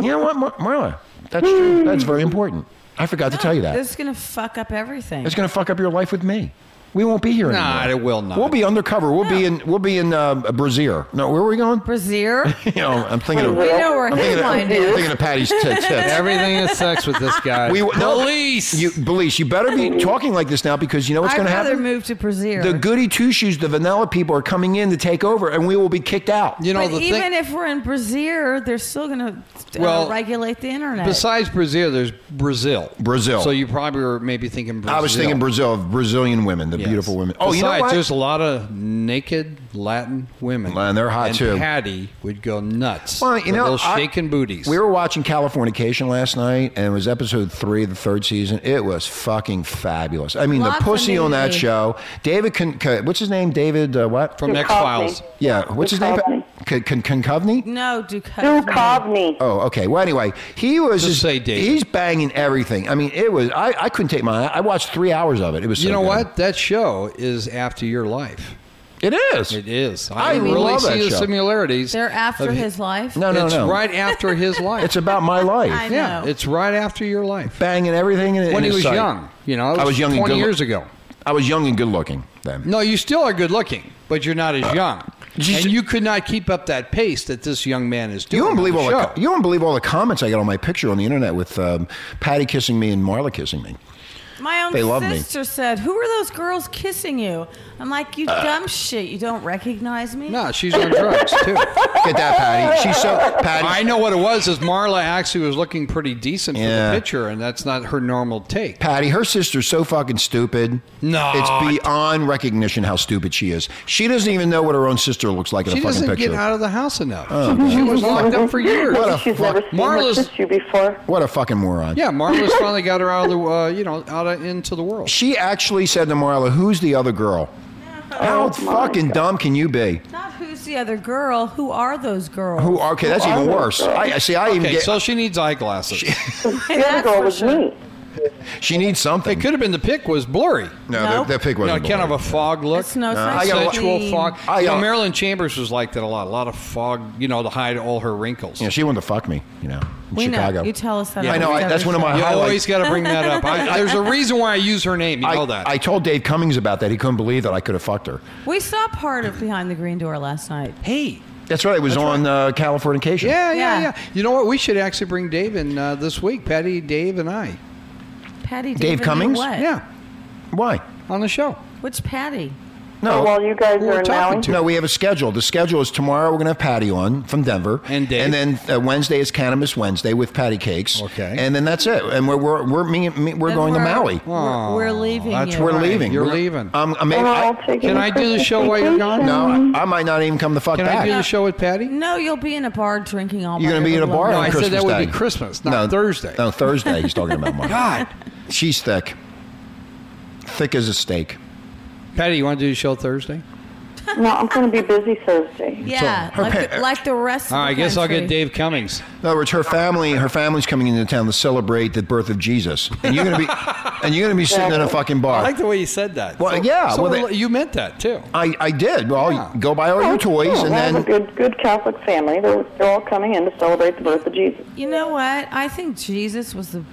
you know what, Mar- Marla? That's true. That's very important. I forgot to tell you that.
This is going to fuck up everything.
It's going to fuck up your life with me. We won't be here
Nah,
anymore.
it will not.
We'll be undercover. We'll be in. We'll be in uh, Brazier. No, where are we going?
Brazier.
You know, I'm thinking of.
we know where
I'm thinking, of, I'm
headline is.
thinking of Patty's tits. tits.
Everything is sex with this guy.
We- no,
police.
You, police, you better be talking like this now because you know what's
I'd
going to
rather
happen.
move to Brazier.
the goody two shoes, the vanilla people are coming in to take over, and we will be kicked out.
You know
but
the
even
thing.
if we're in Brazier, they're still going to
Well,
regulate the internet.
Besides Brazil, there's Brazil.
Brazil.
So you probably were maybe thinking Brazil.
I was thinking Brazil, of Brazilian women, the
Yes.
beautiful women. Oh, you know
Besides,
what?
There's a lot of naked Latin women,
Man, they're hot,
and
too.
Patty would go nuts.
Well, you
with
know,
those
I-
shaking booties.
We were watching Californication last night, and it was episode three, of the third season. It was fucking fabulous. I mean,
Lots
the
of
pussy on that
nudity.
show, David, Con- Con- what's his name? David, uh, what?
from
Duchovny.
X Files.
yeah, what's his name?
Duchovny.
Con- Con- Concovny?
no, Duchovny.
Duchovny.
Oh, okay. Well, anyway, he was
Just
just,
say David.
he's banging everything. I mean, it was I, I couldn't take my I watched three hours of it. It was so
you know
good.
what? That show is after your life.
It is.
It is.
I
I, really
love that
see the
show.
similarities.
They're after
of-
his life.
No, no,
it's
no.
right after his life.
It's about my life.
I
yeah.
know.
It's right after your life.
banging everything. In,
When
in
he
his
was
sight.
young, you know, it
I was young and
twenty
good
years
look-
ago.
I was young and good looking then.
No, you still are good looking, but you're not as young.
Uh, You
and
should-
you could not keep up that pace that this young man is doing.
You won't believe
on
all
the
the
show.
co- you won't believe all the comments I got on my picture on the internet with um, Patty kissing me and Marla kissing me.
My own
They love me.
sister said, "Who are those girls kissing you?" I'm like, "You
Uh.
dumb shit! You don't recognize me."
No, she's on drugs too.
Get that, Patty? She's so Patty.
I know what it was. Is Marla actually was looking pretty decent
Yeah.
for the picture, and that's not her normal take.
Patty, her sister's so fucking stupid.
No.
it's beyond recognition how stupid she is. She doesn't even know what her own sister looks like in
She
a fucking
doesn't
picture. Oh,
get out of the house enough. She was locked up for years.
What a
She's
fuck-
never seen
Marla's-
her sister before.
what a fucking moron.
yeah, Marla's finally got her out of the uh, you know out of, into the world.
She actually said to Marla, "Who's the other girl?"
Oh
How fucking dumb can you be?
Not who's the other girl? Who are those girls?
Who? Okay, that's even worse. I I- see. I even
Okay,
get.
so she needs eyeglasses.
The other girl was me.
she needs something.
it could have been the pick was blurry.
no,
No.
That, that pig
You know,
wasn't.
kind of a fog look.
It's no
I got a lot-
sexual
sexual
fog.
I uh,
You know,
got-
Marilyn Chambers was like that a lot. A lot of fog, you know, to hide all her wrinkles.
Yeah, she wanted to fuck me. You know, in
We
Chicago.
know. You tell us that.
I
on
know. I,
the
that's
other
one of my
You
highlights.
always got to bring that up. I, there's a reason why I use her name. You
I,
know that.
I told Dave Cummings about that. He couldn't believe that I could have fucked her.
show. We saw part of Behind the Green Door last night.
hey.
That's right. It was on Uh, Californication.
Yeah, yeah,
Yeah.
yeah. You know what? We should actually bring Dave in uh, this week. Patty, Dave, and I.
Patty.
Dave
David
Cummings?
What?
Yeah,
Why?
on the show.
Which Patty?
Oh,
No.
While you guys
Who we're
are in
talking
Maui.
to.
no, we have a schedule. The schedule is tomorrow we're going to have Patty on from Denver.
And Dave.
And then uh, Wednesday is Cannabis Wednesday with Patty Cakes.
Okay.
And then that's it. And we're, we're, we're, me, me, we're
Then
going to
we're-
Maui.
We're, we're leaving.
that's
you.
We're
right.
leaving.
You're
We're-
leaving.
I'm, I'm,
We're all
I,
taking
Can
a
I do the
Christmas
show while you're gone?
vacation.
no, I, I might not even come the fuck
Can
back.
I do the show with Patty?
No, you'll be in a bar drinking all.
You're
going to
be in a bar
No,
on
I said
Christmas
that would
Day.
be Christmas, not
no,
Thursday.
No, Thursday. He's talking about Mark.
God,
She's thick. Thick as a steak.
Patty, you want to do the show Thursday?
No, I'm going to be busy Thursday.
Yeah,
So-
like,
Okay.
the, like the rest.
All
of
right,
the
Uh, I guess I'll get
country.
Dave Cummings.
In other words, her family, her family's coming into town to celebrate the birth of Jesus, and you're gonna be, and you're gonna be sitting in a fucking bar.
I like the way you said that.
Well, yeah,
so
well, they-
we're- you meant that too.
I, I did. Well,
Yeah.
go buy all your toys,
yeah,
and
Oh, I have
then
a good, good Catholic family. They're, they're all coming in to celebrate the birth of Jesus.
You know what? I think Jesus was the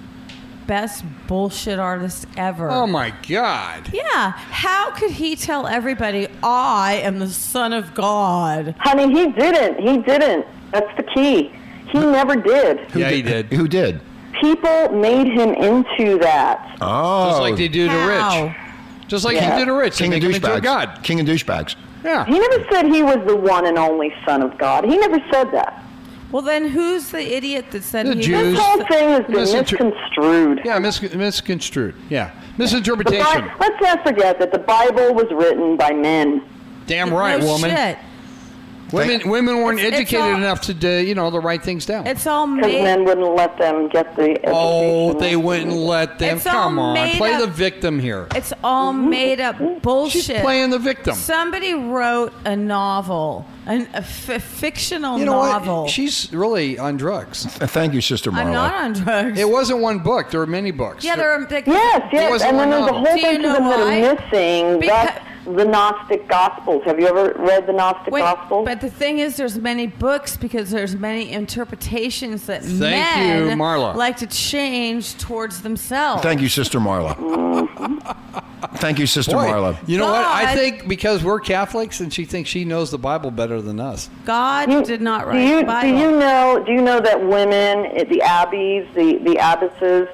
best bullshit artist ever.
Oh my God.
Yeah. How could he tell everybody, I am the son of God?
Honey, he didn't. He didn't. That's the key. He never did.
yeah, he did.
who did?
People made him into that.
Oh,
Just like they do to
How?
Rich. Just like
Yeah.
he did to Rich.
King
they
of
make him into a
douchebags.
god.
King of douchebags.
Yeah.
He never said he was the one and only Son of God. He never said that.
Well, then who's the idiot that said
The
he
Jews.
This
Who's
whole thing has been
Listen to-
misconstrued.
Yeah, mis- misconstrued. Yeah.
The Bi-
Misinterpretation.
let's not forget that the Bible was written by men.
Damn
No
right, woman.
Shit.
Women women weren't
It's- it's
educated
all-
enough to do, you know to write things down.
It's all
Because
made.
men wouldn't let them get the education.
oh, they wouldn't let them.
It's all
Come on,
made
play
up-
the victim here.
It's all made up bullshit.
She's playing the victim.
Somebody wrote a novel, an, a f- fictional
you know
novel.
what? She's really on drugs.
Uh, Thank you, Sister Marla.
I'm not on drugs.
It wasn't one book. There were many books.
yeah, there are. They,
Yes, yes,
wasn't
and
one
then there's a
novel.
whole
Do you
bunch
know
of them
why?
that are missing.
Becau-
That's the Gnostic Gospels. Have you ever read the Gnostic
Wait,
Gospels?
but the thing is, there's many books because there's many interpretations that
Thank
men
you, Marla.
like to change towards themselves.
Thank you, Sister Marla. Thank you, Sister
Boy,
Marla.
You know what? I
God.
think because we're Catholics and she thinks she knows the Bible better than us.
God
You-
did not
Do
write
you,
the Bible.
Do you know? Do you know that women, at the abbeys, the the abbesses,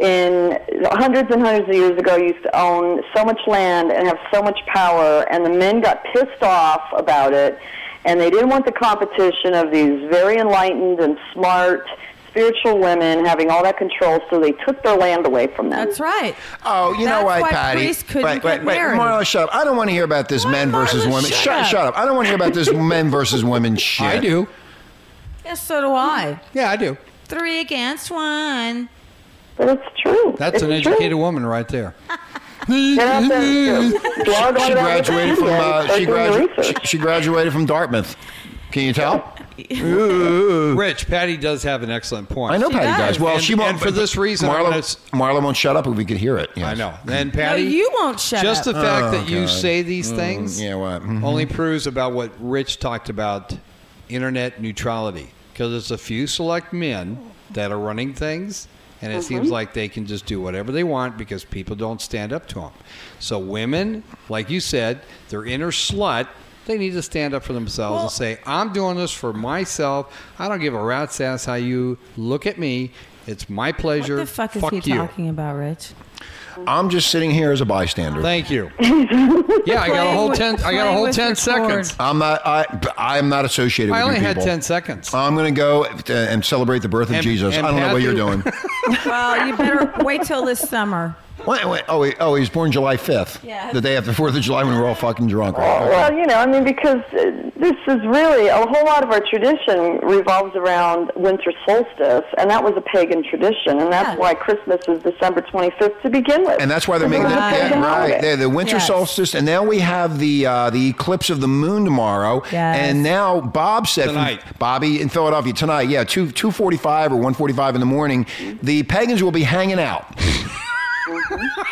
in hundreds and hundreds of years ago, used to own so much land and have so much power, and the men got pissed off about it, and they didn't want the competition of these very enlightened and smart. Spiritual women having all that control, so they took their land away from them.
That's right.
Oh, you know
That's
what,
why
Patty?
priests couldn't
wait, wait,
get
wait,
married.
Marla, shut up. I don't want to hear about this
Why,
men versus
Marla,
women.
shut
shut,
up.
shut up. I don't want to hear about this men versus women shit.
I do.
Yes, so do I.
Yeah, I do.
Three against one.
But it's true.
That's
it's
an
true.
educated woman right there.
Get out there and blog on
Mm-hmm. She
it on
graduated
Wikipedia
from
and
uh,
start
she,
doing
gradu-
research.
she, she graduated from Dartmouth. Can you tell?
Rich, Patty does have an excellent point.
I know Patty does.
does.
Well,
And-
she won't.
and for this reason, I'm
Marla,
gonna s-
Marla won't shut up if we could hear it. yes. Mm-hmm.
I know. And Patty,
no, you won't shut
just
up.
the fact
Oh,
that you
God. Mm,
say these things
yeah, what? Mhm.
only proves about what Rich talked about internet neutrality because it's a few select men that are running things and it
Mm-hmm.
seems like they can just do whatever they want because people don't stand up to them. So women, like you said, their inner slut, they need to stand up for themselves
Well-
and say, "I'm doing this for myself. I don't give a rat's ass how you look at me. It's my pleasure.
what the fuck is he
you."
talking about, Rich?
I'm just sitting here as a bystander.
Thank you. Yeah, I got a whole
with-
ten. I got a
playing
whole
with
ten
your
seconds.
cord.
I'm not. I, I'm not associated
I
with
only
you
had
people.
ten seconds.
I'm going to go uh, and celebrate the birth of
And-
Jesus.
and
I don't know what you're
Matthew-
doing.
Well, you better wait till this summer.
wait, wait, oh, wait, oh, he's born July 5th.
Yeah.
The day after 4th of July when we're all fucking drunk. Right? Okay.
Well, you know, I mean, because uh, this is really a whole lot of our tradition revolves around winter solstice, and that was a pagan tradition, and that's
Yeah.
why Christmas is December 25th to begin with.
And that's why they're making
Because
that
it was a
yeah,
pagan
right.
holiday.
They're the winter
Yes.
solstice, and now we have the uh, the eclipse of the moon tomorrow.
Yes.
And now Bob said, from-
Tonight.
Bobby in Philadelphia tonight, yeah, two two forty five or one forty five in the morning, the pagans will be hanging out.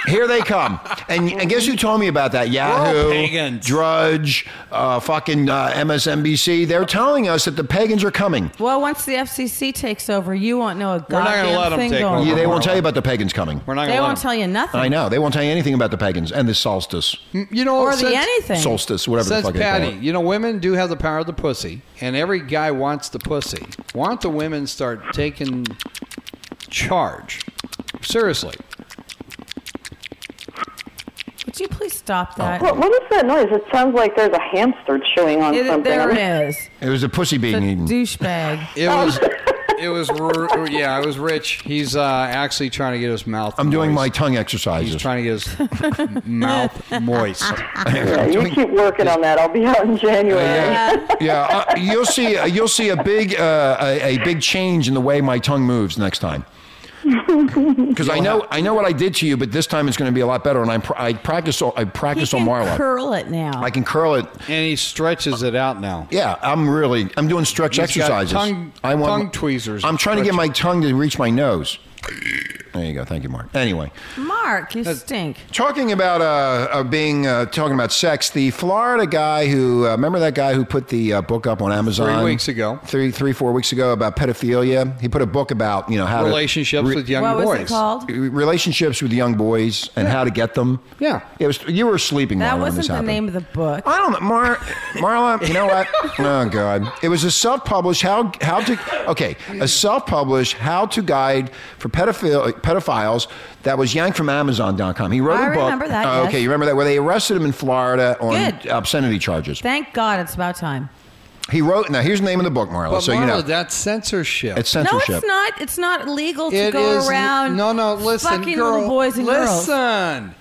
Here they come, and, and guess who told me about that? Yahoo,
pagans.
Drudge, uh, fucking uh, MSNBC. They're telling us that the pagans are coming.
Well, once the FCC takes over, you won't know a
not gonna
goddamn
let 'em
thing
take
going
over.
Yeah,
on.
they won't tell you about the pagans coming.
Oh, We're not
They
gonna let
won't
him.
tell you nothing.
I know they won't tell you anything about the pagans and the solstice,
You know,
Or
since,
the anything.
solstice, whatever
Since
the fuck. they call
Patty,
it.
you know, women do have the power of the pussy, and every guy wants the pussy. Why don't the women start taking charge? Seriously,
Would you please stop
Oh.
that?
What, what is that noise? It sounds like there's a hamster chewing on
It,
something.
there it is.
It was a pussy
The
being eaten.
douchebag.
it
Oh.
was. It was, r- yeah, it was Rich. He's uh, actually trying to get his mouth.
I'm doing my
moist.
tongue
He's
exercises.
trying to get his m- mouth moist.
Yeah, you keep working on that. I'll be out
Oh,
in January.
yeah, uh, you'll see. Uh, you'll see a big, uh, a, a big change in the way my tongue moves next time. Because I know I know what I did to you, but this time it's going to be a lot better. And I pr- I practice all, I
He
practice on
can
Marla.
curl it now.
I can curl it.
And he stretches it out now.
Yeah, I'm really I'm doing stretch
He's got
exercises.
tongue-
I want
tongue tweezers.
I'm trying to get my tongue to reach my nose. There you go. Thank you, Mark. Anyway,
Mark, you stink.
Talking about uh, uh, being uh, talking about sex, the Florida guy who uh, remember that guy who put the uh, book up on Amazon
weeks ago.
three three four weeks ago about pedophilia. He put a book about you know how to-
Relationships
re-
with young
What
boys.
was it called?
relationships with young boys and how to get them.
Yeah.
it was you were sleeping. Marla,
That
when this
wasn't the
happened.
name of the book.
I don't know, Mar- Marla. You know what? Oh God! It was a self-published how how to okay a self-published how to guide for pedophile pedophiles that was yanked from Amazon.com. He wrote
I
a book.
remember that,
Oh,
yes.
Okay, you remember that where they arrested him in Florida on
Good.
obscenity charges.
Thank God it's about time.
he wrote. Now here's the name of the book, Marla.
But
so
Marla,
you know
that's censorship.
it's
No,
censorship.
it's not. It's not legal to
It
go
is-
around.
No, no, listen,
fucking
girl.
little boys and girls.
listen.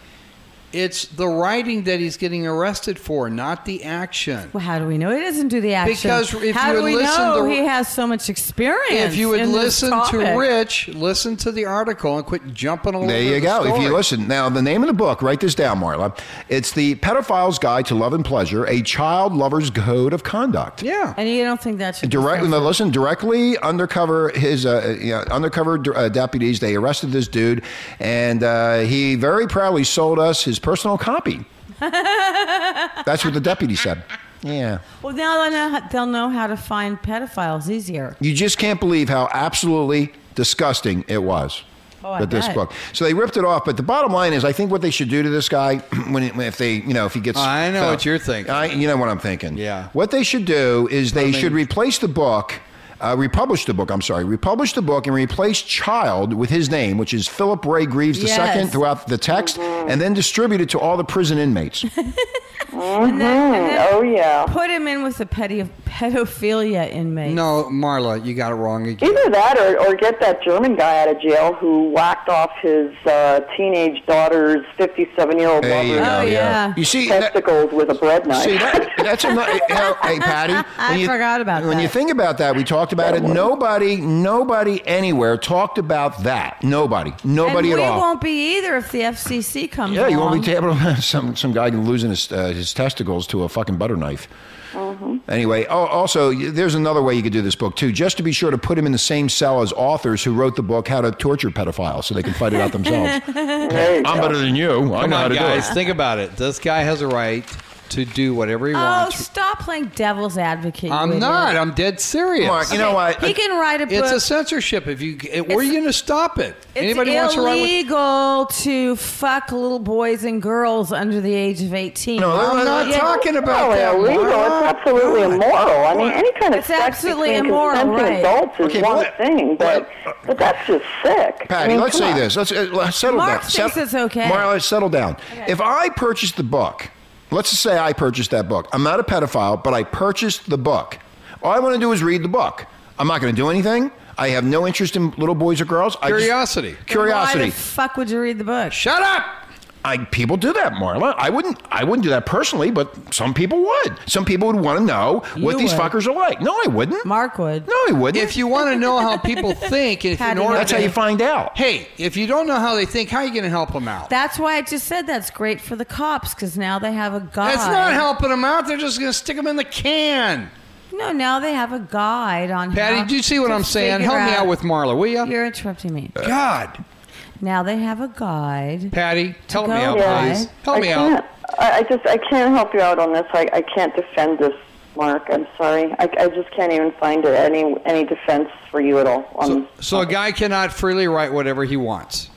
It's the writing that he's getting arrested for, not the action.
Well, how do we know he doesn't do the action?
Because if
how
you
do
would
we
listen
know
to-
he has so much experience?
If you would
in this
listen to
topic?
Rich, listen to the article and quit jumping all
There
over
you
the
go. If
story.
you listen. Now, the name of the book, write this down, Marla. It's The Pedophile's Guide to Love and Pleasure, a child lover's code of conduct.
Yeah.
and you don't think that should be
Directly,
censored?
no, listen. Directly undercover his uh, you know, undercover uh, deputies. They arrested this dude, and uh, he very proudly sold us his personal copy. That's what the deputy said. Yeah,
Well, now they'll know, they'll know how to find pedophiles easier.
you just can't believe how absolutely disgusting it was.
Oh, I
with this
bet.
book, so they ripped it off. But the bottom line is, I think what they should do to this guy, when it, if they, you know, if he gets,
I know what you're thinking.
I, you know what I'm thinking.
Yeah.
What they should do is they
mean-
should replace the book, uh, republish the book. I'm sorry, republish the book and replace child with his name, which is Philip Ray Greaves
Yes.
II, throughout the text, and then distribute it to all the prison inmates. Hmm.
Oh yeah.
Put him in with a petty, pedophilia inmate.
No, Marla, you got it wrong again.
Either that, or, or get that German guy out of jail who whacked off his uh, teenage daughter's 57-year-old
There you
lover's
go,
uh,
Oh, yeah.
You see. that-
testicles with a bread knife.
See that, that's another. You know, hey, Patty.
I
when you-
forgot about
When
that.
you think about that, we talked about it. Nobody, nobody anywhere talked about that. Nobody, nobody
and
at
we
all.
won't be either if the FCC comes.
yeah, you won't
along.
be able to have some some guy losing his uh, his testicles to a fucking butter knife. Anyway, oh, also, y- there's another way you could do this book too. Just to be sure to put him in the same cell as authors who wrote the book "How to Torture Pedophiles," so they can fight it out themselves.
There you
I'm
go.
better than you. I
Come
know how
on,
to
guys,
do it.
think about it. This guy has a right to do whatever he
Oh,
wants.
stop playing devil's advocate. you
I'm
idiot.
not. I'm dead serious.
Mark, you know what?
He can write a book.
It's a censorship. If you, where are you going to stop it?
It's
Anybody wants to
illegal
write what?
to fuck little boys and girls under the age of 18.
No,
I'm not
Yeah.
talking about that.
Well, illegal.
Marla.
It's
Oh
absolutely immoral. I mean, any kind of
It's
sex
absolutely
between
immoral,
consenting
right.
adults is
Okay, but
one
let-
thing, but
let-
but that's just sick. I
Patty,
mean,
let's
come
say
on.
this. Let's, uh, let's settle
Mark
down.
thinks
Settle-
it's okay.
Marla, let's settle down. If I purchased the book, let's just say I purchased that book. I'm not a pedophile, but I purchased the book. All I want to do is read the book. I'm not going to do anything. I have no interest in little boys or girls. I just-
Curiosity.
Why the
curiosity.
fuck would you read the book?
Shut up.
I people do that, Marla. I wouldn't. I wouldn't do that personally, but some people would. Some people would want to know what
You
these
would.
fuckers are like. No, I wouldn't.
Mark would.
No, I wouldn't.
If you want to know how people think, if in
Patty,
order
that's how
to-
you find out.
Hey, if you don't know how they think, how are you going to help them out?
That's why I just said that's great for the cops because now they have a guide.
That's not helping them out. They're just going to stick them in the can.
No, now they have a guide on. how
Patty, do you see what
to
I'm saying?
figure
Help me out with Uh, Marla, will you?
You're interrupting me.
God.
Now they have a guide.
Patty, help me
go
out,
by.
please. Help
I
me
can't,
out.
I, I just I can't help you out on this. I, I can't defend this, Mark. I'm sorry. I, I just can't even find any any defense for you at all. On
So,
this.
so a guy cannot freely write whatever he wants.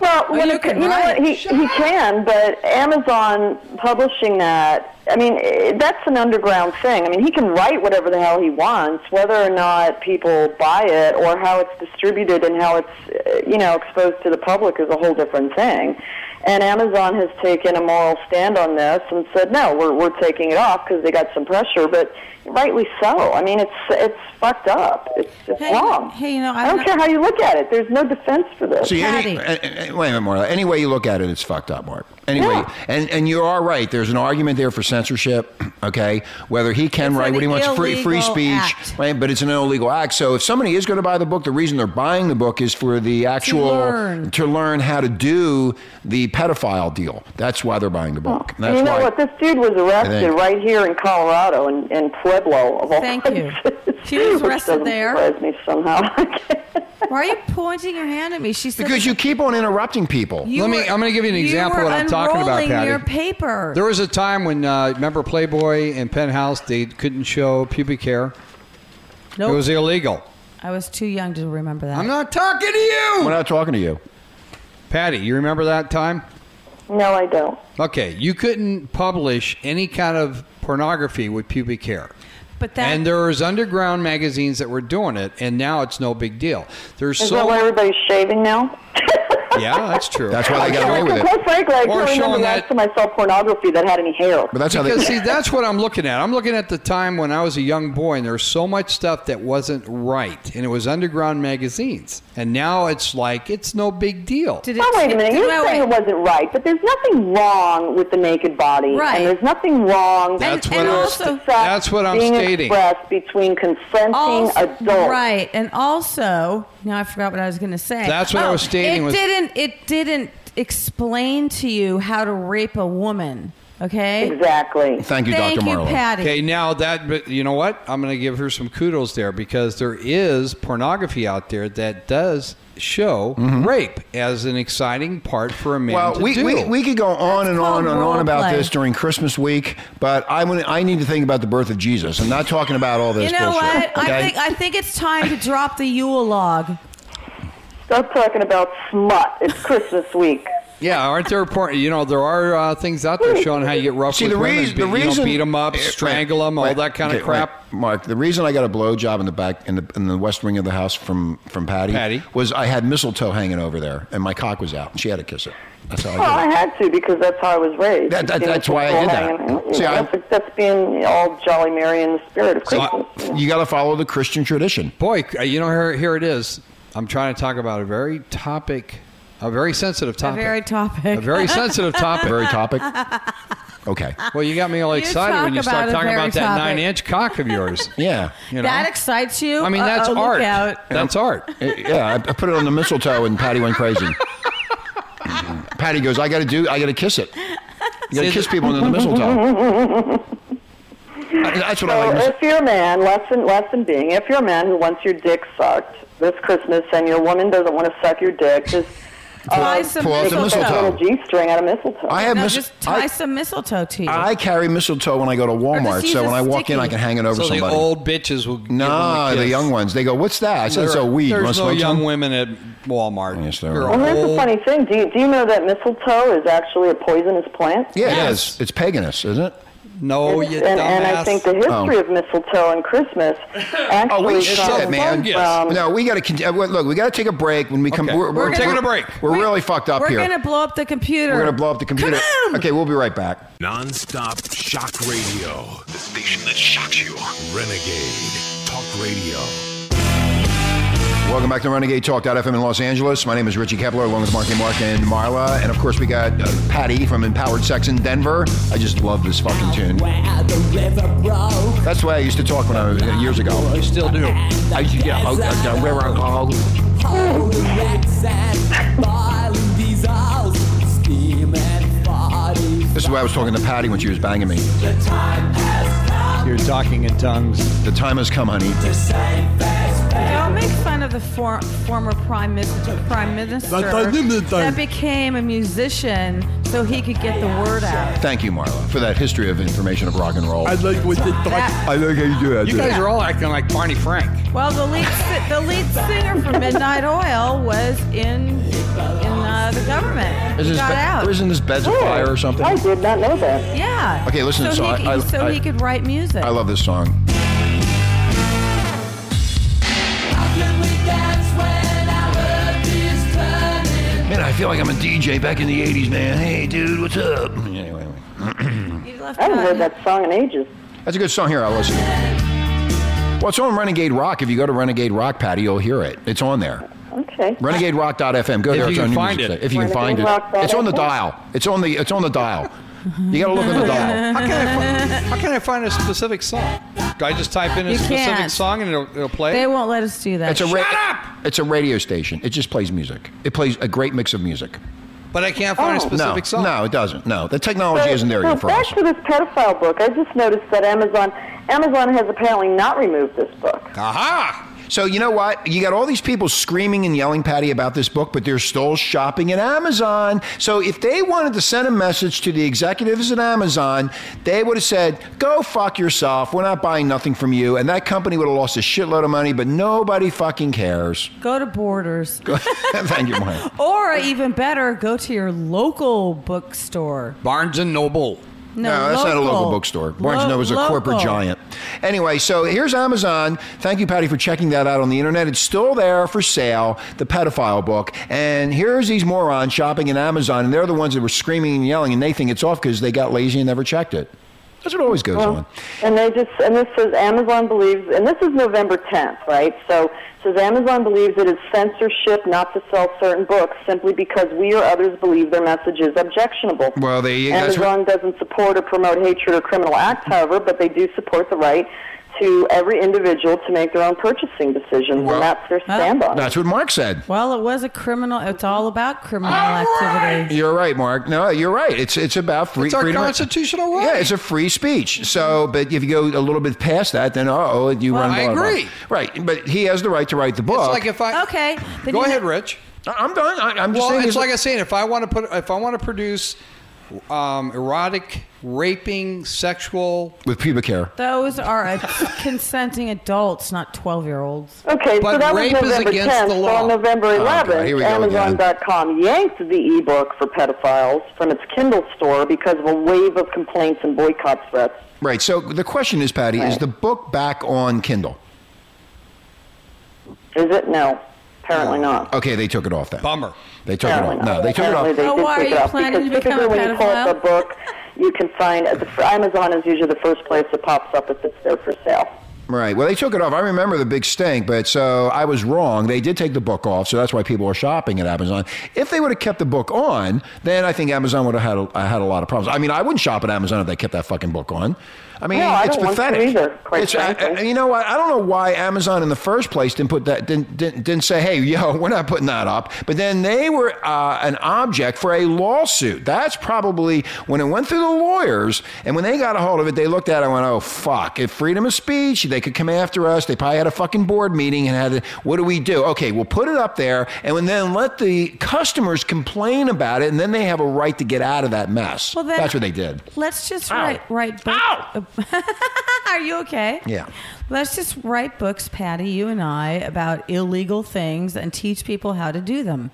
Well, when
you
it,
can
you know
write
what
it.
he, he can, but Amazon publishing that. I mean, eh, that's an underground thing. I mean, he can write whatever the hell he wants, whether or not people buy it or how it's distributed and how it's eh, you know exposed to the public is a whole different thing. And Amazon has taken a moral stand on this and said, no, we're we're taking it off because they got some pressure, but rightly so. I mean, it's it's fucked up. It's, it's
Hey,
wrong.
hey, you know,
I
I'm
don't
not-
care how you look at it. There's no defense for this.
See, any,
Patty.
eh, eh, eh, wait a minute, Marla. Any way you look at it, it's fucked up, Mark. Anyway,
Yeah.
and, and you are right. There's an argument there for censorship, okay? Whether he can
It's
write
an
what he wants, free, free
illegal
speech,
act.
right? But it's an illegal act. So if somebody is going to buy the book, the reason they're buying the book is for the actual
learn.
to learn how to do the pedophile deal. That's why they're buying the book.
And
That's
you know
why.
what? This dude was arrested
think-
right here in Colorado, in, in Pueblo, of all
Thank you.
places.
She was
Which
arrested
doesn't
there.
surprise me somehow.
Why are you pointing your hand at me? She said
because you keep on interrupting people.
You
Let me-
were-
I'm gonna give you an example
were
what I'm talking about,
unrolling
Patty.
Your paper.
There was a time when uh, remember Playboy and Penthouse they couldn't show pubic hair.
nope.
It was illegal.
I was too young to remember that.
I'm not talking to you,
We're not talking to you.
Patty. You remember that time?
no, I don't.
Okay, you couldn't publish any kind of pornography with pubic hair.
But that-
and there was underground magazines that were doing it, and now it's no big deal. There's
Is
so
that why everybody's shaving now?
yeah, that's true.
That's why they got away with it.
Quite frankly, I
Or
can't remember
showing
the
that-
last time I saw pornography that had any hair.
But that's how they.
Because see, that's what I'm looking at. I'm looking at the time when I was a young boy, and there was so much stuff that wasn't right, and it was underground magazines. And now it's like it's no big deal.
Did it-
Oh, wait a
did-
minute.
did-
You're
wait,
saying it
wait.
wasn't right, but there's nothing wrong with the naked body.
Right.
And there's nothing wrong
That's
with
what
and
I'm-
also,
sex
that's what I'm
being
stating.
expressed between consenting
also
adults.
right, and also now I forgot what I was going to say.
That's what I
Oh,
was stating
It
was-
didn't. It didn't explain to you how to rape a woman. Okay.
Exactly.
Thank you,
Thank
Dr.
you,
Marlowe.
Patty.
Okay, now that but you know what, I'm going to give her some kudos there because there is pornography out there that does show rape as an exciting part for a
Mm-hmm.
man
Well,
to
we,
do.
we, we could go on
That's
and
called
on and on
role
about
play.
this during Christmas week, but I want I need to think about the birth of Jesus. I'm not talking about all this.
You know
bullshit,
what? I
okay?
think I think it's time to drop the Yule log.
Stop talking about smut. It's Christmas week.
yeah, aren't there porn? You know, there are uh, things out there showing how you get rough
See
with
the,
women,
reas-
beat,
the
you know,
reason Eh,
beat them up,
Wait,
strangle them, all
wait,
that kind
okay,
of crap.
wait. Mark, the reason I got a blowjob in the back in the in the west wing of the house from from Patty,
Patty.
was I had mistletoe hanging over there, and my cock was out, and she had to kiss it. That's how I did.
Well,
it.
I had to because that's how I was raised.
That- that-
You know,
that's why I did that.
hanging out, you
See,
know,
I-
that's, that's being all jolly merry in the spirit of
I-
Christmas.
You got to follow the Christian tradition.
Boy, uh, you know, here, here it is. I'm trying to talk about a very topic, a very sensitive
A
topic.
very topic.
A very sensitive topic.
Very topic. Okay.
well, you got me all
You
excited
talk
when you start
about a
talking
very
about that
topic.
nine inch cock of yours.
Yeah.
You know?
That excites you.
I mean, that's
Uh-oh, look
art.
out.
That's art.
Uh, yeah, I, I put it on the mistletoe, and Patty went crazy. Patty goes, "I got to do. I got to kiss it. You got to kiss people under the mistletoe." I- That's what I
So
like.
if you're a man, lesson lesson being, if you're a man who wants your dick sucked this Christmas and your woman doesn't want to suck your dick, just
Tie some
pull out the
take that
mistletoe.
little g string out of mistletoe.
I have
No,
mis-
just tie
I,
some mistletoe to you.
I carry mistletoe when I go to Walmart,
use
so
a
when I walk in,
sticky.
I can hang it over
So
somebody.
the old bitches will. give
no,
them
the
kiss.
young ones. They go, "What's that?" I said, "It's
There-
a weed." You wanna
There's no
smoke
young
some?
women at Walmart.
Yes, there
You're
are.
well, here's the
old.
funny thing. Do you, do you know that mistletoe is actually a poisonous plant?
Yeah, it
Yes.
is. It's paganist, isn't it?
No,
and,
Oh, you
and,
dumbass.
and I think the history
Oh.
of mistletoe and Christmas actually
we should,
comes
man.
from um,
no, we got to con- uh, look. We got to take a break. When we come,
Okay. We're taking a break.
We're really fucked up
We're
here.
gonna blow up the computer.
we're gonna blow up the computer.
Come on!
Okay, we'll be right back.
Nonstop shock radio.
The station that shocks you.
Renegade Talk Radio.
Welcome back to Renegade Talk.fm in Los Angeles. My name is Richie Kepler, along with Marky Mark and Marla. And of course, we got uh, Patty from Empowered Sex in Denver. I just love this fucking tune. That's the way I used to talk when I was uh, years ago.
You still do.
I used to get out at the river and call. This is why I was talking to Patty when she was banging me.
You're talking in tongues.
The time has come, honey.
Don't make fun of the for, former prime minister, prime minister that became a musician so he could get the word out.
Thank you, Marla, for that history of information of rock and roll. I,
like what the
That-
like how you do that.
You guys are all acting like Barney Frank.
well, the lead si- the lead singer for Midnight Oil was in in uh, the government.
Isn't
He
this,
got
be-
out.
isn't this Beds of Fire or something?
I did not know that.
yeah.
Okay, listen,
So,
so
he,
I-
could- so
I-
he could write music.
I love this song. Man, I feel like I'm a DJ back in the 80s, man. Hey, dude, what's up? Anyway, anyway.
You left
I haven't
out-
heard that song in ages.
That's a good song here. I'll listen. Well, it's on Renegade Rock. If you go to Renegade Rock, Patty, you'll hear it. It's on there.
Okay. Okay.
Renegaderock.fm. Go
If
there.
you
it's
can
on your
find
music
it.
site. If you can find it.
Renegaderock.fm.
It's on the dial. It's on the it's on the dial. You gotta look on the dial.
How can, I find, how can I find a specific song? Do I just type in a
You
specific
can't.
song and it'll, it'll play?
They won't let us do that.
It's a ra- It's a radio station. It just plays music. It plays a great mix of music.
but I can't find a
Oh.
no,
specific song.
no, it doesn't. No, the technology
So-
isn't there
so
yet for
back
us.
to this pedophile book. I just noticed that Amazon Amazon has apparently not removed this book.
Aha!
So you know what? You got all these people screaming and yelling, Patty, about this book, but they're still shopping at Amazon. So if they wanted to send a message to the executives at Amazon, they would have said, "Go fuck yourself. We're not buying nothing from you." And that company would have lost a shitload of money, but nobody fucking cares.
go to Borders.
Thank you, Mike.
Or even better, go to your local bookstore.
Barnes and Noble.
No,
that's
local.
not a local bookstore. Barnes
Lo-
Noble is a corporate
local.
giant. Anyway, so here's Amazon. Thank you, Patty, for checking that out on the internet. It's still there for sale, the pedophile book. And here's these morons shopping in Amazon, and they're the ones that were screaming and yelling, and they think it's off because they got lazy and never checked it. That's what always goes on.
And they just and this says Amazon believes and this is November 10th, right? So it says Amazon believes it is censorship not to sell certain books simply because we or others believe their message is objectionable.
Well, they- that's what-
Amazon doesn't support or promote hatred or criminal acts, however, but they do support the right to every individual to make their own purchasing decisions,
Well-
and that's their stand on. it.
That's what Mark said.
Well, it was a criminal. It's all about criminal activity.
You're right, Mark. No, you're right. It's it's about free
It's our
freedom. of-
constitutional right.
Yeah, it's a free speech. So, but if you go a little bit past that, then uh oh, you
Well,
run.
I
the line.
agree.
Right, but he has the right to write the book.
It's like if I
Okay. then
go
you-
ahead, Rich.
I- I'm done. I, I'm just
Well,
saying.
it's
there's-
like I said, if I want to put, if I want to produce um, erotic, raping, sexual,
with pubic hair.
Those are a consenting adults, not 12 year olds.
Okay,
But
so that was
rape is
November
against
10th.
the
So
law.
on November
God, here
11th,
we go again.
Amazon.com yanked the ebook for pedophiles from its Kindle store because of a wave of complaints and boycott threats.
Right. So the question is, Patty, is
Right.
the book back on Kindle?
Is it? No, apparently not.
Okay, they took it off then.
bummer.
They took it
Apparently
off. No,
not.
Uh, they took it
Apparently
off.
they
Oh,
did
why
take
are
it
you
off
planning to
because
become a
typically when you pull up a
pedophile?
book, you can find at the Amazon is usually the first place that pops up if it's there for sale.
Right. Well, they took it off. I remember the big stink, but so I was wrong. They did take the book off, so that's why people are shopping at Amazon. If they would have kept the book on, then I think Amazon would have had a, uh, had a lot of problems. I mean, I wouldn't shop at Amazon if they kept that fucking book on. I mean,
No, I
it's
don't want to
pathetic.
either, quite
It's- I-
frankly.
I- you know what? I don't know why Amazon in the first place didn't put that didn't didn't, didn't say, "Hey, yo, we're not putting that up." But then they were uh, an object for a lawsuit. That's probably when it went through the lawyers, and when they got a hold of it, they looked at it and went, "Oh fuck! If freedom of speech, they could come after us. They probably had a fucking board meeting and had, a, what do we do? Okay, we'll put it up there, and then let the customers complain about it, and then they have a right to get out of that mess."
Well, then-
That's what they did.
Let's just
Ow.
write, write book- are you okay?
Yeah.
Let's just write books, Patty, you and I, about illegal things and teach people how to do them.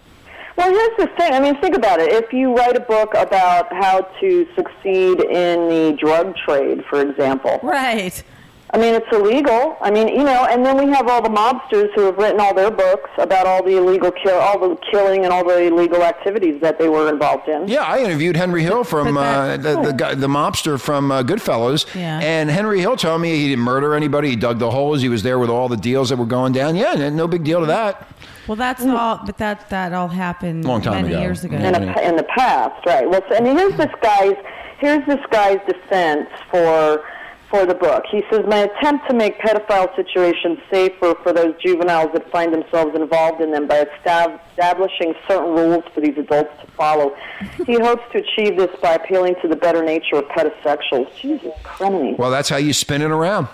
Well, here's the thing. I mean, think about it. If you write a book about how to succeed in the drug trade, for example,
Right.
I mean, it's illegal. I mean, you know, and then we have all the mobsters who have written all their books about all the illegal kill, all the killing, and all the illegal activities that they were involved in.
Yeah, I interviewed Henry Hill from
But
uh,
that-
the, the guy, the mobster from uh, Goodfellas,
Yeah.
and Henry Hill told me he didn't murder anybody. He dug the holes. He was there with all the deals that were going down. Yeah, n- no big deal to that.
Well, that's all, but that, that all happened
Long time
many
ago.
years ago.
in, a, in the past, right? Well, so, I mean, here's this guy's here's this guy's defense for for the book. He says my attempt to make pedophile situations safer for those juveniles that find themselves involved in them by estab- establishing certain rules for these adults to follow. he hopes to achieve this by appealing to the better nature of pedosexuals. Jesus Christ.
Well, that's how you spin it around.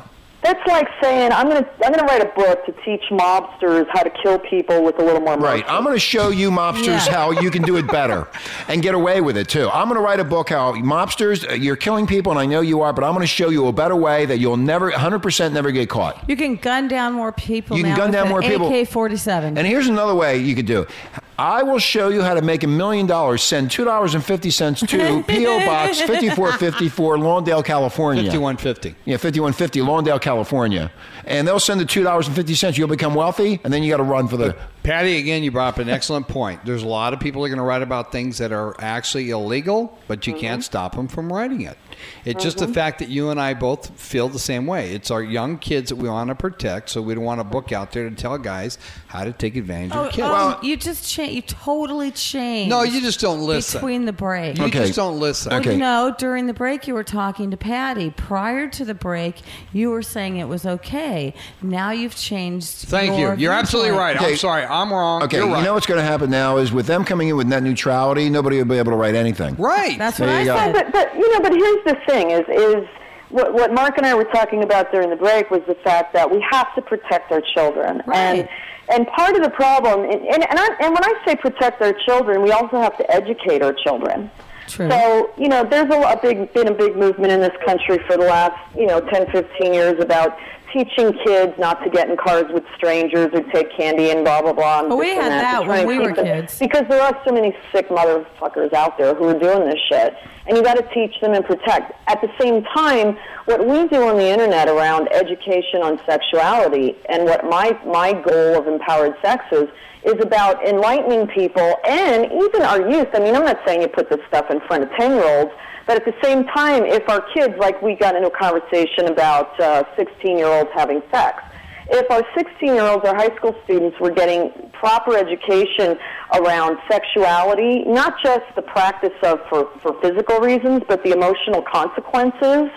That's like saying I'm gonna I'm gonna write a book to teach mobsters how to kill people with a little more.
Right.
mercy.
I'm going to show you mobsters
Yeah.
how you can do it better and get away with it too. I'm going to write a book how mobsters uh, you're killing people, and I know you are, but I'm going to show you a better way that you'll never 100% never get caught.
You can gun down more people.
You can
now
gun
with
down
an
more people.
AK-47.
And here's another way you could do it. I will show you how to make a million dollars. Send two dollars and fifty cents to PO Box fifty four fifty four, Lawndale, California.
Fifty-one fifty.
Yeah, fifty one fifty, Lawndale, California. And they'll send the two dollars and fifty cents. You'll become wealthy, and then you got to run for the
Patty, again, you brought up an excellent point. There's a lot of people that are going to write about things that are actually illegal, but you can't stop them from writing it. It's just the fact that you and I both feel the same way. It's our young kids that we want to protect, so we don't want a book out there to tell guys how to take advantage
Oh,
of kids.
oh, you just change. You totally change.
No, you just don't listen.
between the break.
you
Okay.
just don't listen.
Okay.
No, during the break you were talking to Patty. Prior to the break, you were saying it was okay. Now you've changed.
Thank
your
you. You're absolutely
viewpoint.
right.
Okay.
I'm sorry. I'm wrong.
Okay,
You're right.
you know what's going to happen now is with them coming in with net neutrality, nobody will be able to write anything.
right.
That's
There
what
you
I
go.
said.
But but you know, but here's the thing: is is what what Mark and I were talking about during the break was the fact that we have to protect our children,
Right.
and and part of the problem, and and, and, I, and when I say protect our children, we also have to educate our children.
True.
So you know, there's a, lo- a big been a big movement in this country for the last you know 10, 15 years about teaching kids not to get in cars with strangers or take candy and blah blah blah. and
But we
this and
had
that,
that
to try
when
and
we
keep
were
them-
kids.
because there are so many sick motherfuckers out there who are doing this shit, and you got to teach them and protect. At the same time, what we do on the internet around education on sexuality and what my my goal of empowered sex is is about enlightening people and even our youth. I mean, I'm not saying you put this stuff in front of ten year olds. But at the same time, if our kids, like we got into a conversation about 16 year olds having sex, if our 16 year olds, our high school students, were getting proper education around sexuality, not just the practice of for, for physical reasons, but the emotional consequences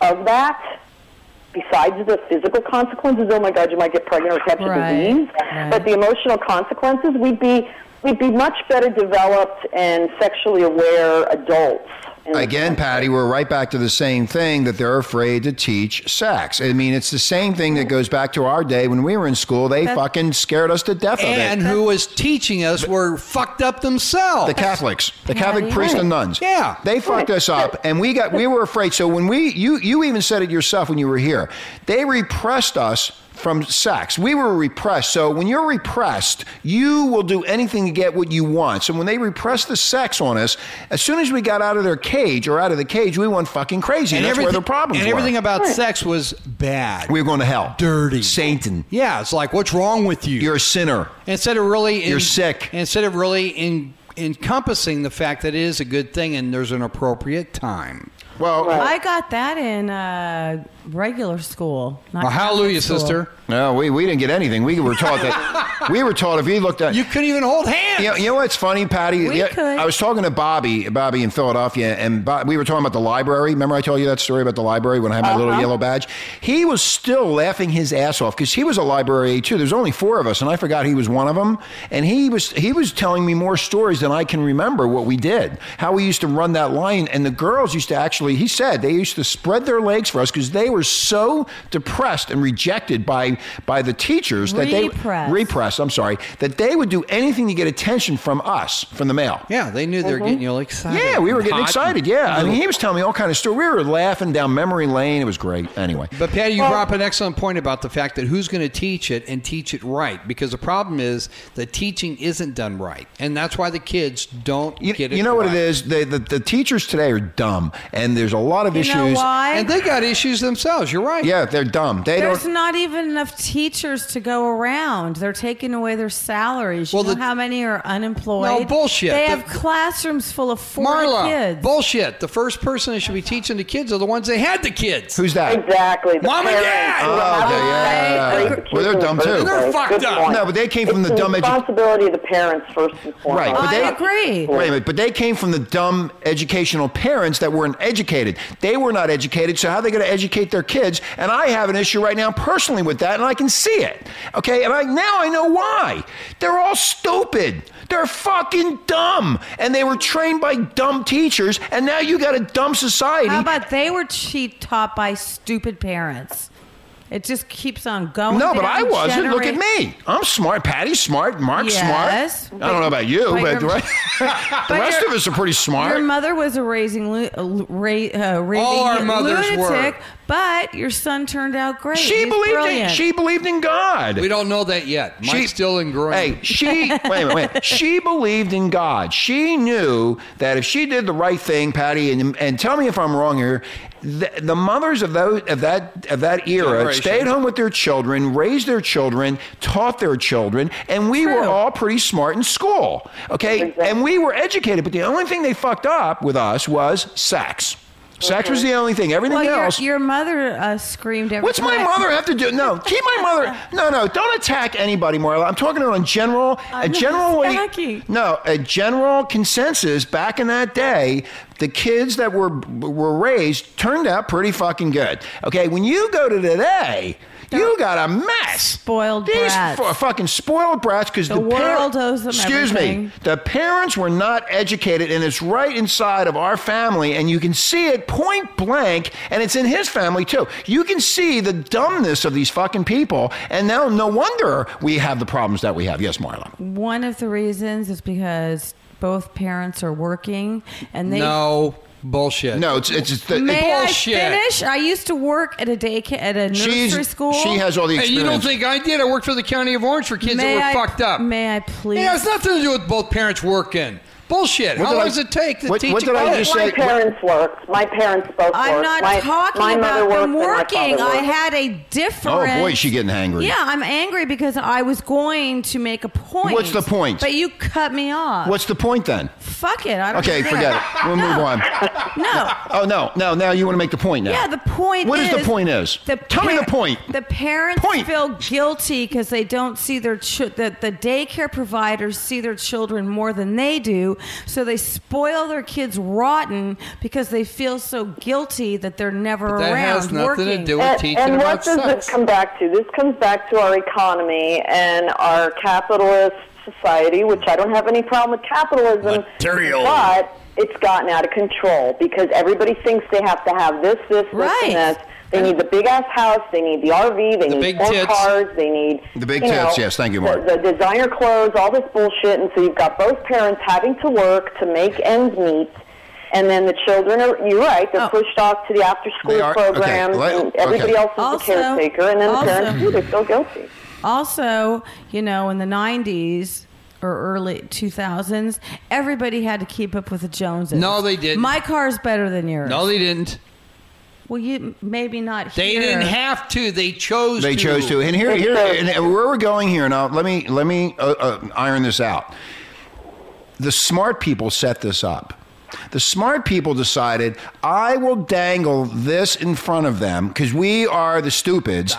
of that, besides the physical consequences, oh my God, you might get pregnant or catch
Right,
a disease,
right.
but the emotional consequences, we'd be, we'd be much better developed and sexually aware adults. in this
Again, Patty, we're right back to the same thing that they're afraid to teach sex. I mean, it's the same thing that goes back to our day when we were in school. They
That-
fucking scared us to death
and
of it.
who was teaching us were fucked up themselves.
The Catholics, the Catholic priests and nuns,
Yeah.
they fucked us up, and we got we were afraid. So when we you you even said it yourself when you were here, they repressed us from sex. We were repressed. So when you're repressed, you will do anything to get what you want. So when they repressed the sex on us, as soon as we got out of their cage or out of the cage, we went fucking crazy. And, that's where the problems
and
were.
everything about sex was bad.
We're going to hell.
Dirty.
Satan.
yeah, it's like what's wrong with you?
You're a sinner.
instead of really
You're sick.
Instead of really in, encompassing the fact that it is a good thing and there's an appropriate time.
Well,
I got that in uh, regular school. not
Well, hallelujah,
Catholic school.
sister.
no, we, we didn't get anything. We were taught that we were taught if you looked at
You couldn't even hold hands.
You know, you know what's funny, Patty?
We could.
I was talking to Bobby, Bobby in Philadelphia, and Bob, we were talking about the library. Remember, I told you that story about the library when I had my
Uh-huh.
little yellow badge. He was still laughing his ass off because he was a library aide, too. There's only four of us, and I forgot he was one of them. And he was he was telling me more stories than I can remember what we did, how we used to run that line, and the girls used to actually. He said they used to spread their legs for us because they were so depressed and rejected by by the teachers that they
Repressed.
press, I'm sorry, that they would do anything to get attention from us, from the male.
yeah, they knew they were getting you all excited.
Yeah, we were getting
Hot.
excited. Yeah, I mean, he was telling me all kind of stories. We were laughing down memory lane. It was great. Anyway,
But Patty, you brought up an excellent point about the fact that who's going to teach it and teach it right, because the problem is the teaching isn't done right, and that's why the kids don't
you,
get it.
you know what it
right.
is? The, the the teachers today are dumb, and there's a lot of
You
issues.
know why?
and they got issues themselves. You're right.
Yeah, they're dumb. They
There's
don't.
not even enough teachers to go around. They're taking away their salaries.
Well,
you know
the-
how many are unemployed?
No, bullshit.
They
The-
have classrooms full of 40
Marla,
kids.
bullshit. The first person that should be teaching the kids are the ones that had the kids.
Who's that?
Exactly. The
Mom and
parents
dad!
who
Oh,
have
okay,
to
yeah.
raise
Well,
the kids
they're
in the
dumb,
first
too.
place.
They're fucked
Good
up.
point.
No, but they came from
It's
the dumb edu-
responsibility of the parents first and foremost.
Right, but
I
they-
agree.
Wait a minute, but they came from the dumb educational parents that weren't educated. They were not educated, so how are they going to educate their kids? And I have an issue right now personally with that, and I can see it. Okay, and I now I know why. They're all stupid. They're fucking dumb, and they were trained by dumb teachers, and now you got a dumb society.
How about they were cheat taught by stupid parents? It just keeps on going.
no, but
down,
I wasn't. Look at
generate-
me. I'm smart. Patty's smart. Mark's
Yes,
smart. I don't know about you,
but
but, the
your-
re- the
but
rest
your-
of us are pretty smart.
Your mother was a raising lu- uh, lu- ra- uh, raving
All our mothers
lunatic,
were.
but your son turned out great.
she
He's
believed in,
brilliant.
she believed in God.
We don't know that yet. Mike's
She-
still in growing.
Hey, she wait a minute, wait. a minute. She believed in God. She knew that if she did the right thing, Patty, and and tell me if I'm wrong here. the, the mothers of those of that of that era
Generation.
stayed home with their children, raised their children, taught their children, and we were
True.
all pretty smart in school. Okay,
Exactly.
and we were educated, but the only thing they fucked up with us was sex. Sex was the only thing. Everything
Mm-hmm. Well, your,
else.
your mother uh, screamed every
What's my
time.
mother have to do? No, keep my mother. No, no, don't attack anybody, Marla. I'm talking about in general, a
I'm not
general way.
attacking.
No, a general consensus back in that day, the kids that were were raised turned out pretty fucking good. Okay, when you go to today, you got a mess.
Spoiled
These
brats.
fu- fucking spoiled brats because the,
The world owes them
Excuse me.
everything.
The parents were not educated, and it's right inside of our family, and you can see it point blank, and it's in his family too. You can see the dumbness of these fucking people, and now no wonder we have the problems that we have. Yes, Marla.
One of the reasons is because both parents are working, and they.
no bullshit.
No, it's it's, it's the,
May I
Bullshit.
finish? I used to work at a daycare at a nursery
she's
school.
she has all the
Hey,
experience.
you don't think I did? I worked for the county of Orange for kids
may
that
I,
were fucked up.
May I please?
It has nothing to do with both parents working.
What
Bullshit. How
did
long
I-
does it take to
what-
teach
what
a
did I
kid?
just
my
say-
parents worked. My parents both
I'm
worked.
not
my,
talking
my mother
about them
worked and my
working.
father
I
worked.
had a different.
Oh, boy, she getting angry.
Yeah, I'm angry because I was going to make a point.
What's the point?
But you cut me off.
What's the point then?
Fuck it. I don't
Okay,
care.
forget it. We'll move
No.
on.
No.
Oh no, no, now you want to make the point now.
Yeah, the point.
What
is
is the point is? Tell me the point.
The parents
Point.
feel guilty because they don't see their ch- the, the daycare providers see their children more than they do, so they spoil their kids rotten because they feel so guilty that they're never
that
around
has nothing
working.
to do with
And,
teaching
and
about
what does
sex.
this come back to? This comes back to our economy and our capitalist society, which I don't have any problem with capitalism.
Material.
But it's gotten out of control because everybody thinks they have to have this, this, this,
Right.
and this. They need the big ass house. They need the RV. They
big
need four
tits.
cars. They need
The big
you know,
tits, yes, thank you, Mark.
The, the designer clothes, all this bullshit, and so you've got both parents having to work to make ends meet, and then the children are. You're right. They're
Oh.
pushed off to the after school
They are- okay,
programs,
let-
and everybody
okay.
else is
Also-
the caretaker, and then the
also-
parents too. They feel guilty.
Also, you know, in the 90s or early 2000s, everybody had to keep up with the Joneses.
No, they didn't.
My car's better than yours.
No, they didn't.
Well, you maybe not
They
here.
didn't have to. They chose.
They
to.
chose to. And here, here,
Okay.
and where we're going here now. Let me let me uh, uh, iron this out. The smart people set this up. The smart people decided, I will dangle this in front of them because we are the stupids.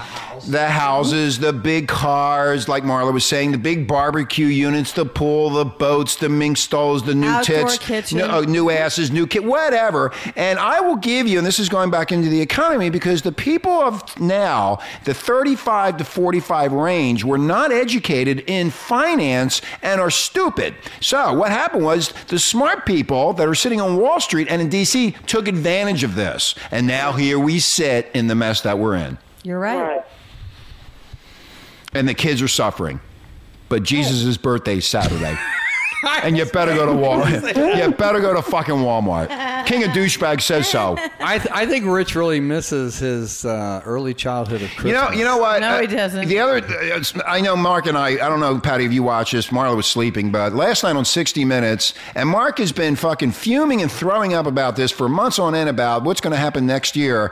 The houses, the big cars, like Marla was saying, the big barbecue units, the pool, the boats, the mink stalls, the new
Outdoor
tits,
kitchen.
no- uh, new asses, new kid, whatever. And I will give you, and this is going back into the economy because the people of now, the 35 to 45 range, were not educated in finance and are stupid. So what happened was the smart people that are sitting on Wall Street and in D.C. took advantage of this, and now here we sit in the mess that we're in,
You're
All
right.
right.
and the kids are suffering. But Jesus' birthday is Saturday. And you better go to Walmart. you better go to fucking Walmart. King of douchebag says so.
I, th- I think Rich really misses his uh, early childhood of Christmas.
You know, you know what?
No, he
Uh,
doesn't.
The other, uh, I know Mark and I. I don't know, Patty, if you watch this. Marla was sleeping, but last night on 60 Minutes, and Mark has been fucking fuming and throwing up about this for months on end about what's going to happen next year.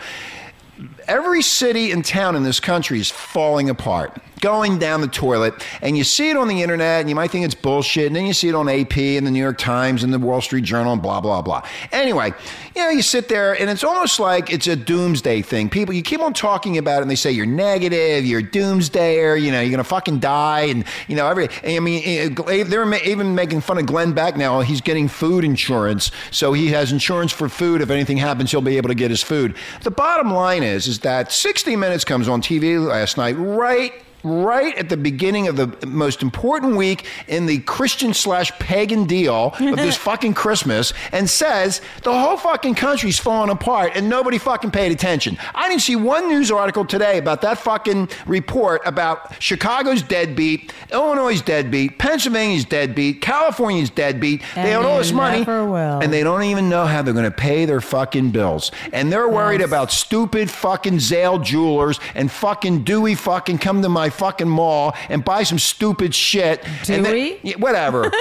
Every city and town in this country is falling apart, going down the toilet. And you see it on the internet, and you might think it's bullshit. And then you see it on AP and the New York Times and the Wall Street Journal, and blah, blah, blah. Anyway, you know, you sit there, and it's almost like it's a doomsday thing. People, you keep on talking about it, and they say you're negative, you're a doomsdayer, you know, you're going to fucking die. And, you know, every, I mean, eh, they're ma- even making fun of Glenn Beck now. He's getting food insurance. So he has insurance for food. If anything happens, he'll be able to get his food. The bottom line is, is that 60 Minutes comes on TV last night, right? Right at the beginning of the most important week in the Christian slash pagan deal of this fucking Christmas, and says the whole fucking country's falling apart and nobody fucking paid attention. I didn't see one news article today about that fucking report about Chicago's deadbeat, Illinois' deadbeat, Pennsylvania's deadbeat, California's deadbeat. they
And
own all this
they
money,
never will.
and they don't even know how they're going to pay their fucking bills. And they're worried about stupid fucking Zale jewelers and fucking Dewey fucking come to my fucking mall and buy some stupid shit. And they-
Dewey?
Yeah, whatever.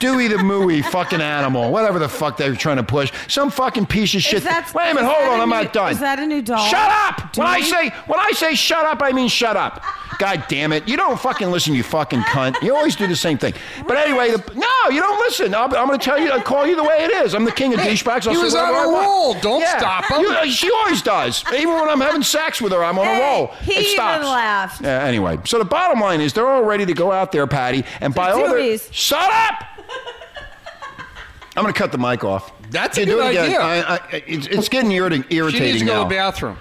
Dewey the Mooey fucking animal, whatever the fuck they were trying to push. Some fucking piece of shit.
that-
Wait a minute,
is
hold
that
on,
a
I'm
new-
not done.
is that a new doll?
Shut up! When I
Dewey?
say when I say shut up, I mean shut up. God damn it! You don't fucking listen, you fucking cunt. You always do the same thing. But anyway, the, no, you don't listen. I'm, I'm going to tell you, I'll call you the way it is. I'm the king of douchebags. I'll
he
say
was
whatever
on
I
a
want.
roll. Don't stop him.
You- uh, she always does. Even when I'm having sex with her, I'm on a
Hey,
roll.
he
it
even
stops.
laughed.
Yeah, anyway, so the bottom line is they're all ready to go out there, Patty, and by all their
Dewey's.
shut up. I'm going to cut the mic off.
That's a
You do
good
it again.
idea.
I, I, it's, it's getting irritating.
She
irritating
needs to go
now.
to the bathroom.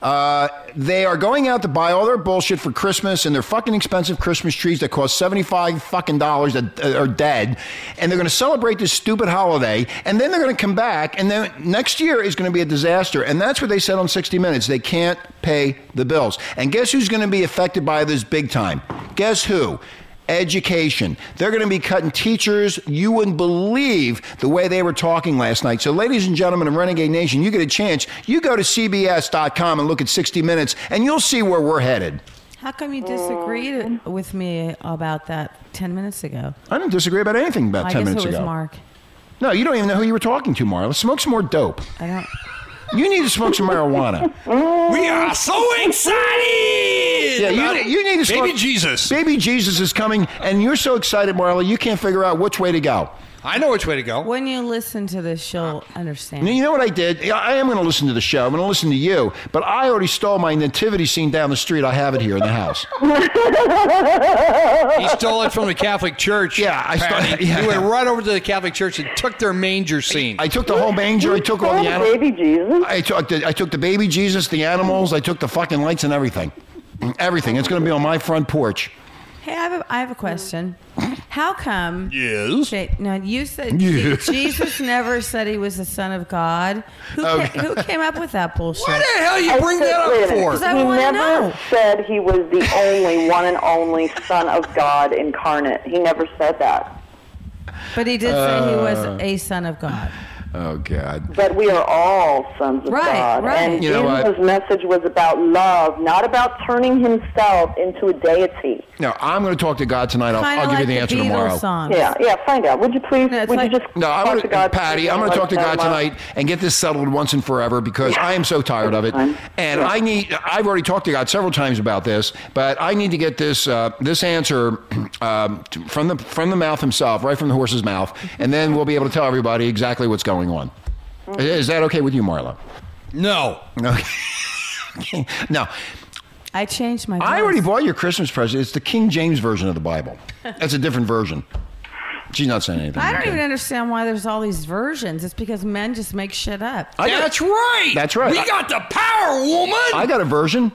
Uh, they are going out to buy all their bullshit for Christmas and their fucking expensive Christmas trees that cost seventy-five fucking dollars that uh, are dead, and they're going to celebrate this stupid holiday, and then they're going to come back, and then next year is going to be a disaster, and that's what they said on sixty Minutes. They can't pay the bills, and guess who's going to be affected by this big time? Guess who? education. They're going to be cutting teachers. You wouldn't believe the way they were talking last night. So, ladies and gentlemen of Renegade Nation, you get a chance. You go to CBS.com and look at 60 Minutes, and you'll see where we're headed.
How come
Oh.
you disagreed with me about that 10 minutes ago?
I didn't disagree about anything about
I
10
guess it
minutes
was
ago.
Mark.
No, you don't even know who you were talking to, Marla. Smoke some more dope.
I don't.
You need to smoke some marijuana.
We are so excited!
Yeah, you, need- you need to smoke.
Baby Jesus.
Baby Jesus is coming, and you're so excited, Marla, you can't figure out which way to go.
I know which way to go.
When you listen to this, you'll understand.
You know what I did? Yeah, I am going to listen to the show. I'm going to listen to you. But I already stole my nativity scene down the street. I have it here in the house.
He stole it from the Catholic Church.
Yeah, I stole-
Patty.
yeah.
He went right over to the Catholic Church and took their manger scene.
I took the whole manger. I took all the
Oh,
animals.
baby Jesus.
I took the, I took the baby Jesus, the animals. I took the fucking lights and everything. Everything. It's going to be on my front porch.
Hey, I have a, I have a question. How come?
Yes.
Okay, now you said
Yeah.
Jesus never said he was the son of God. Who,
Oh.
ca- who came up with that bullshit?
Why the hell you
I
bring
said-
that
wait a
up
minute.
for?
Is that- I
he
wanna
never
know.
said he was the only one and only Son of God incarnate. He never said that.
But he did say he
Uh.
was a son of God.
Oh, God.
But we are all sons of
Right,
God.
right.
And
You know what?
Jesus' message was about love, not about turning himself into a deity.
No, I'm going to talk to God tonight. I'll,
Kind
I'll
of
give
like
you the
the
answer
Beatles
tomorrow.
songs.
Yeah, Uh, yeah, find out. Would you please?
No, it's
would
like-
you just
No, I'm
talk
gonna,
to God?
Patty. I'm
and
going to
let
talk to
us
God
know love?
tonight and get this settled once and forever because I am so tired of it.
Fine.
And
Yeah.
I need. I've already talked to God several times about this, but I need to get this uh, this answer um, t- from the from the mouth himself, right from the horse's mouth, and then we'll be able to tell everybody exactly what's going on.
Mm-hmm.
Is that okay with you, Marla?
no.
Okay. no.
I changed my.
I already
voice.
bought your Christmas present. It's the King James version of the Bible. That's a different version. She's not saying anything.
I don't
okay.
even understand why there's all these versions. It's because men just make shit up.
I got-
That's right.
That's right.
We got the power, woman.
I got a version.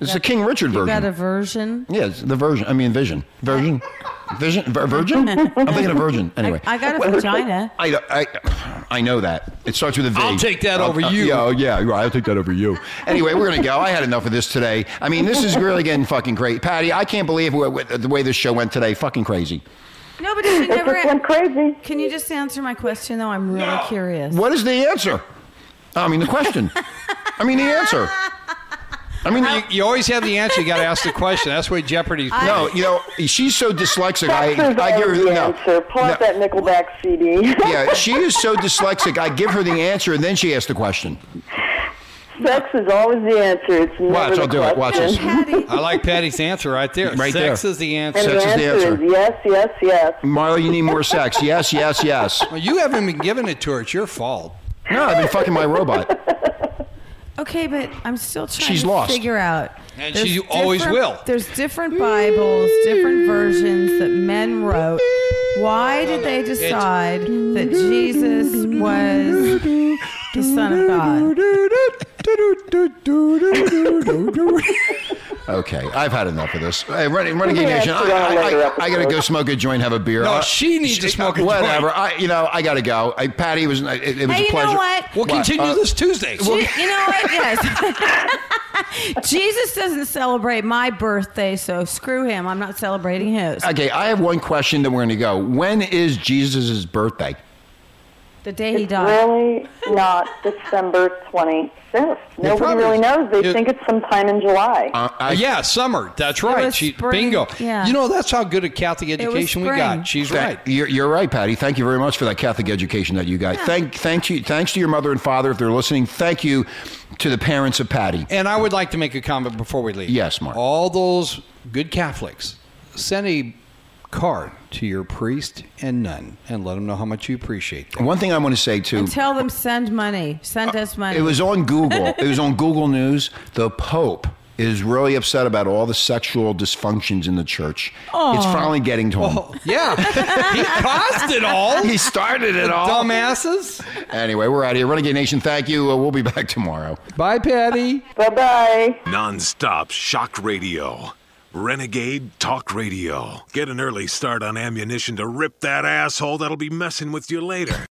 It's the King Richard
You
version.
got a version.
Yeah, it's the version. I mean, vision. Virgin. Vision. Vir- Virgin? I'm thinking of virgin. Anyway.
I, I got a vagina.
I, I, I know that. It starts with a V.
I'll take that
Uh,
over
uh,
you.
Yeah, oh, yeah, you're right. I'll take that over you. Anyway, we're going to go. I had enough of this today. I mean, this is really getting fucking great. Patty, I can't believe what, what, the way this show went today. Fucking crazy.
No, but you
It just
never.
went crazy.
Can you just answer my question though? I'm really curious.
What is the answer? I mean, the question. I mean, the answer. I mean,
You, you always have the answer. You got to ask the question. That's why Jeopardy's.
no, you know, she's so dyslexic. I,
There's
I give her no.
always the answer. Pull out
No.
that Nickelback CD.
yeah, she is so dyslexic. I give her the answer and then she asks the question.
Sex is always the answer. It's never
Watch,
the
I'll do it. Watch
question.
this.
Patty,
I like Patty's answer right there.
Right there.
Sex is the
And
answer.
Sex
the
is the
answer
answer.
is yes, yes, yes.
Marla, you need more sex. Yes, yes, yes.
Well, you haven't been giving it to her. It's your fault.
No, I've been fucking my robot.
Okay, but I'm still trying
She's
to
lost.
figure out.
And
There's
she always
different-
will.
There's different Bibles, different versions that men wrote. Why did they decide that Jesus was the Son of God?
Okay, I've had enough of this. Hey, Ren- Renegade
Yeah,
Nation, I,
it's on a later
I, I, I gotta
episode.
go smoke a joint, have a beer.
No,
I-
she needs to smoke a
Whatever.
joint.
I, you know, I gotta go. I, Patty, it was it, it was
Hey,
a
you
pleasure.
know what?
We'll continue
Uh,
this Tuesday.
you know what? Yes. Jesus doesn't celebrate my birthday, so screw him. I'm not celebrating his.
Okay, I have one question that we're gonna go. When is Jesus' birthday?
The day he
It's
died.
really not December 25th. Nobody
probably-
really knows. They
it-
think it's sometime in July.
Uh, I-
yeah, summer. That's right.
was
She
spring,
bingo.
yeah.
You know that's how good at Catholic
was
education we
spring.
got. She's
Thank-
right.
You're, you're right, Patty. Thank you very much for that Catholic education that you got. Thank, thank you, thanks to your mother and father if they're listening. Thank you to the parents of Patty.
And I would like to make a comment before we leave.
Yes, Mark.
All those good Catholics, send a card to your priest and nun and let them know how much you appreciate them.
One thing I want to say too.
And tell them send money. Send us money.
It was on Google. it was on Google News. The Pope is really upset about all the sexual dysfunctions in the church. It's finally getting to him.
Oh, yeah. he caused it all.
He started it all.
Dumbasses.
Anyway, we're out of here. Renegade Nation, thank you. Uh, we'll be back tomorrow.
Bye, Patty.
bye bye.
Nonstop shock radio. Renegade Talk Radio. Get an early start on ammunition to rip that asshole that'll be messing with you later.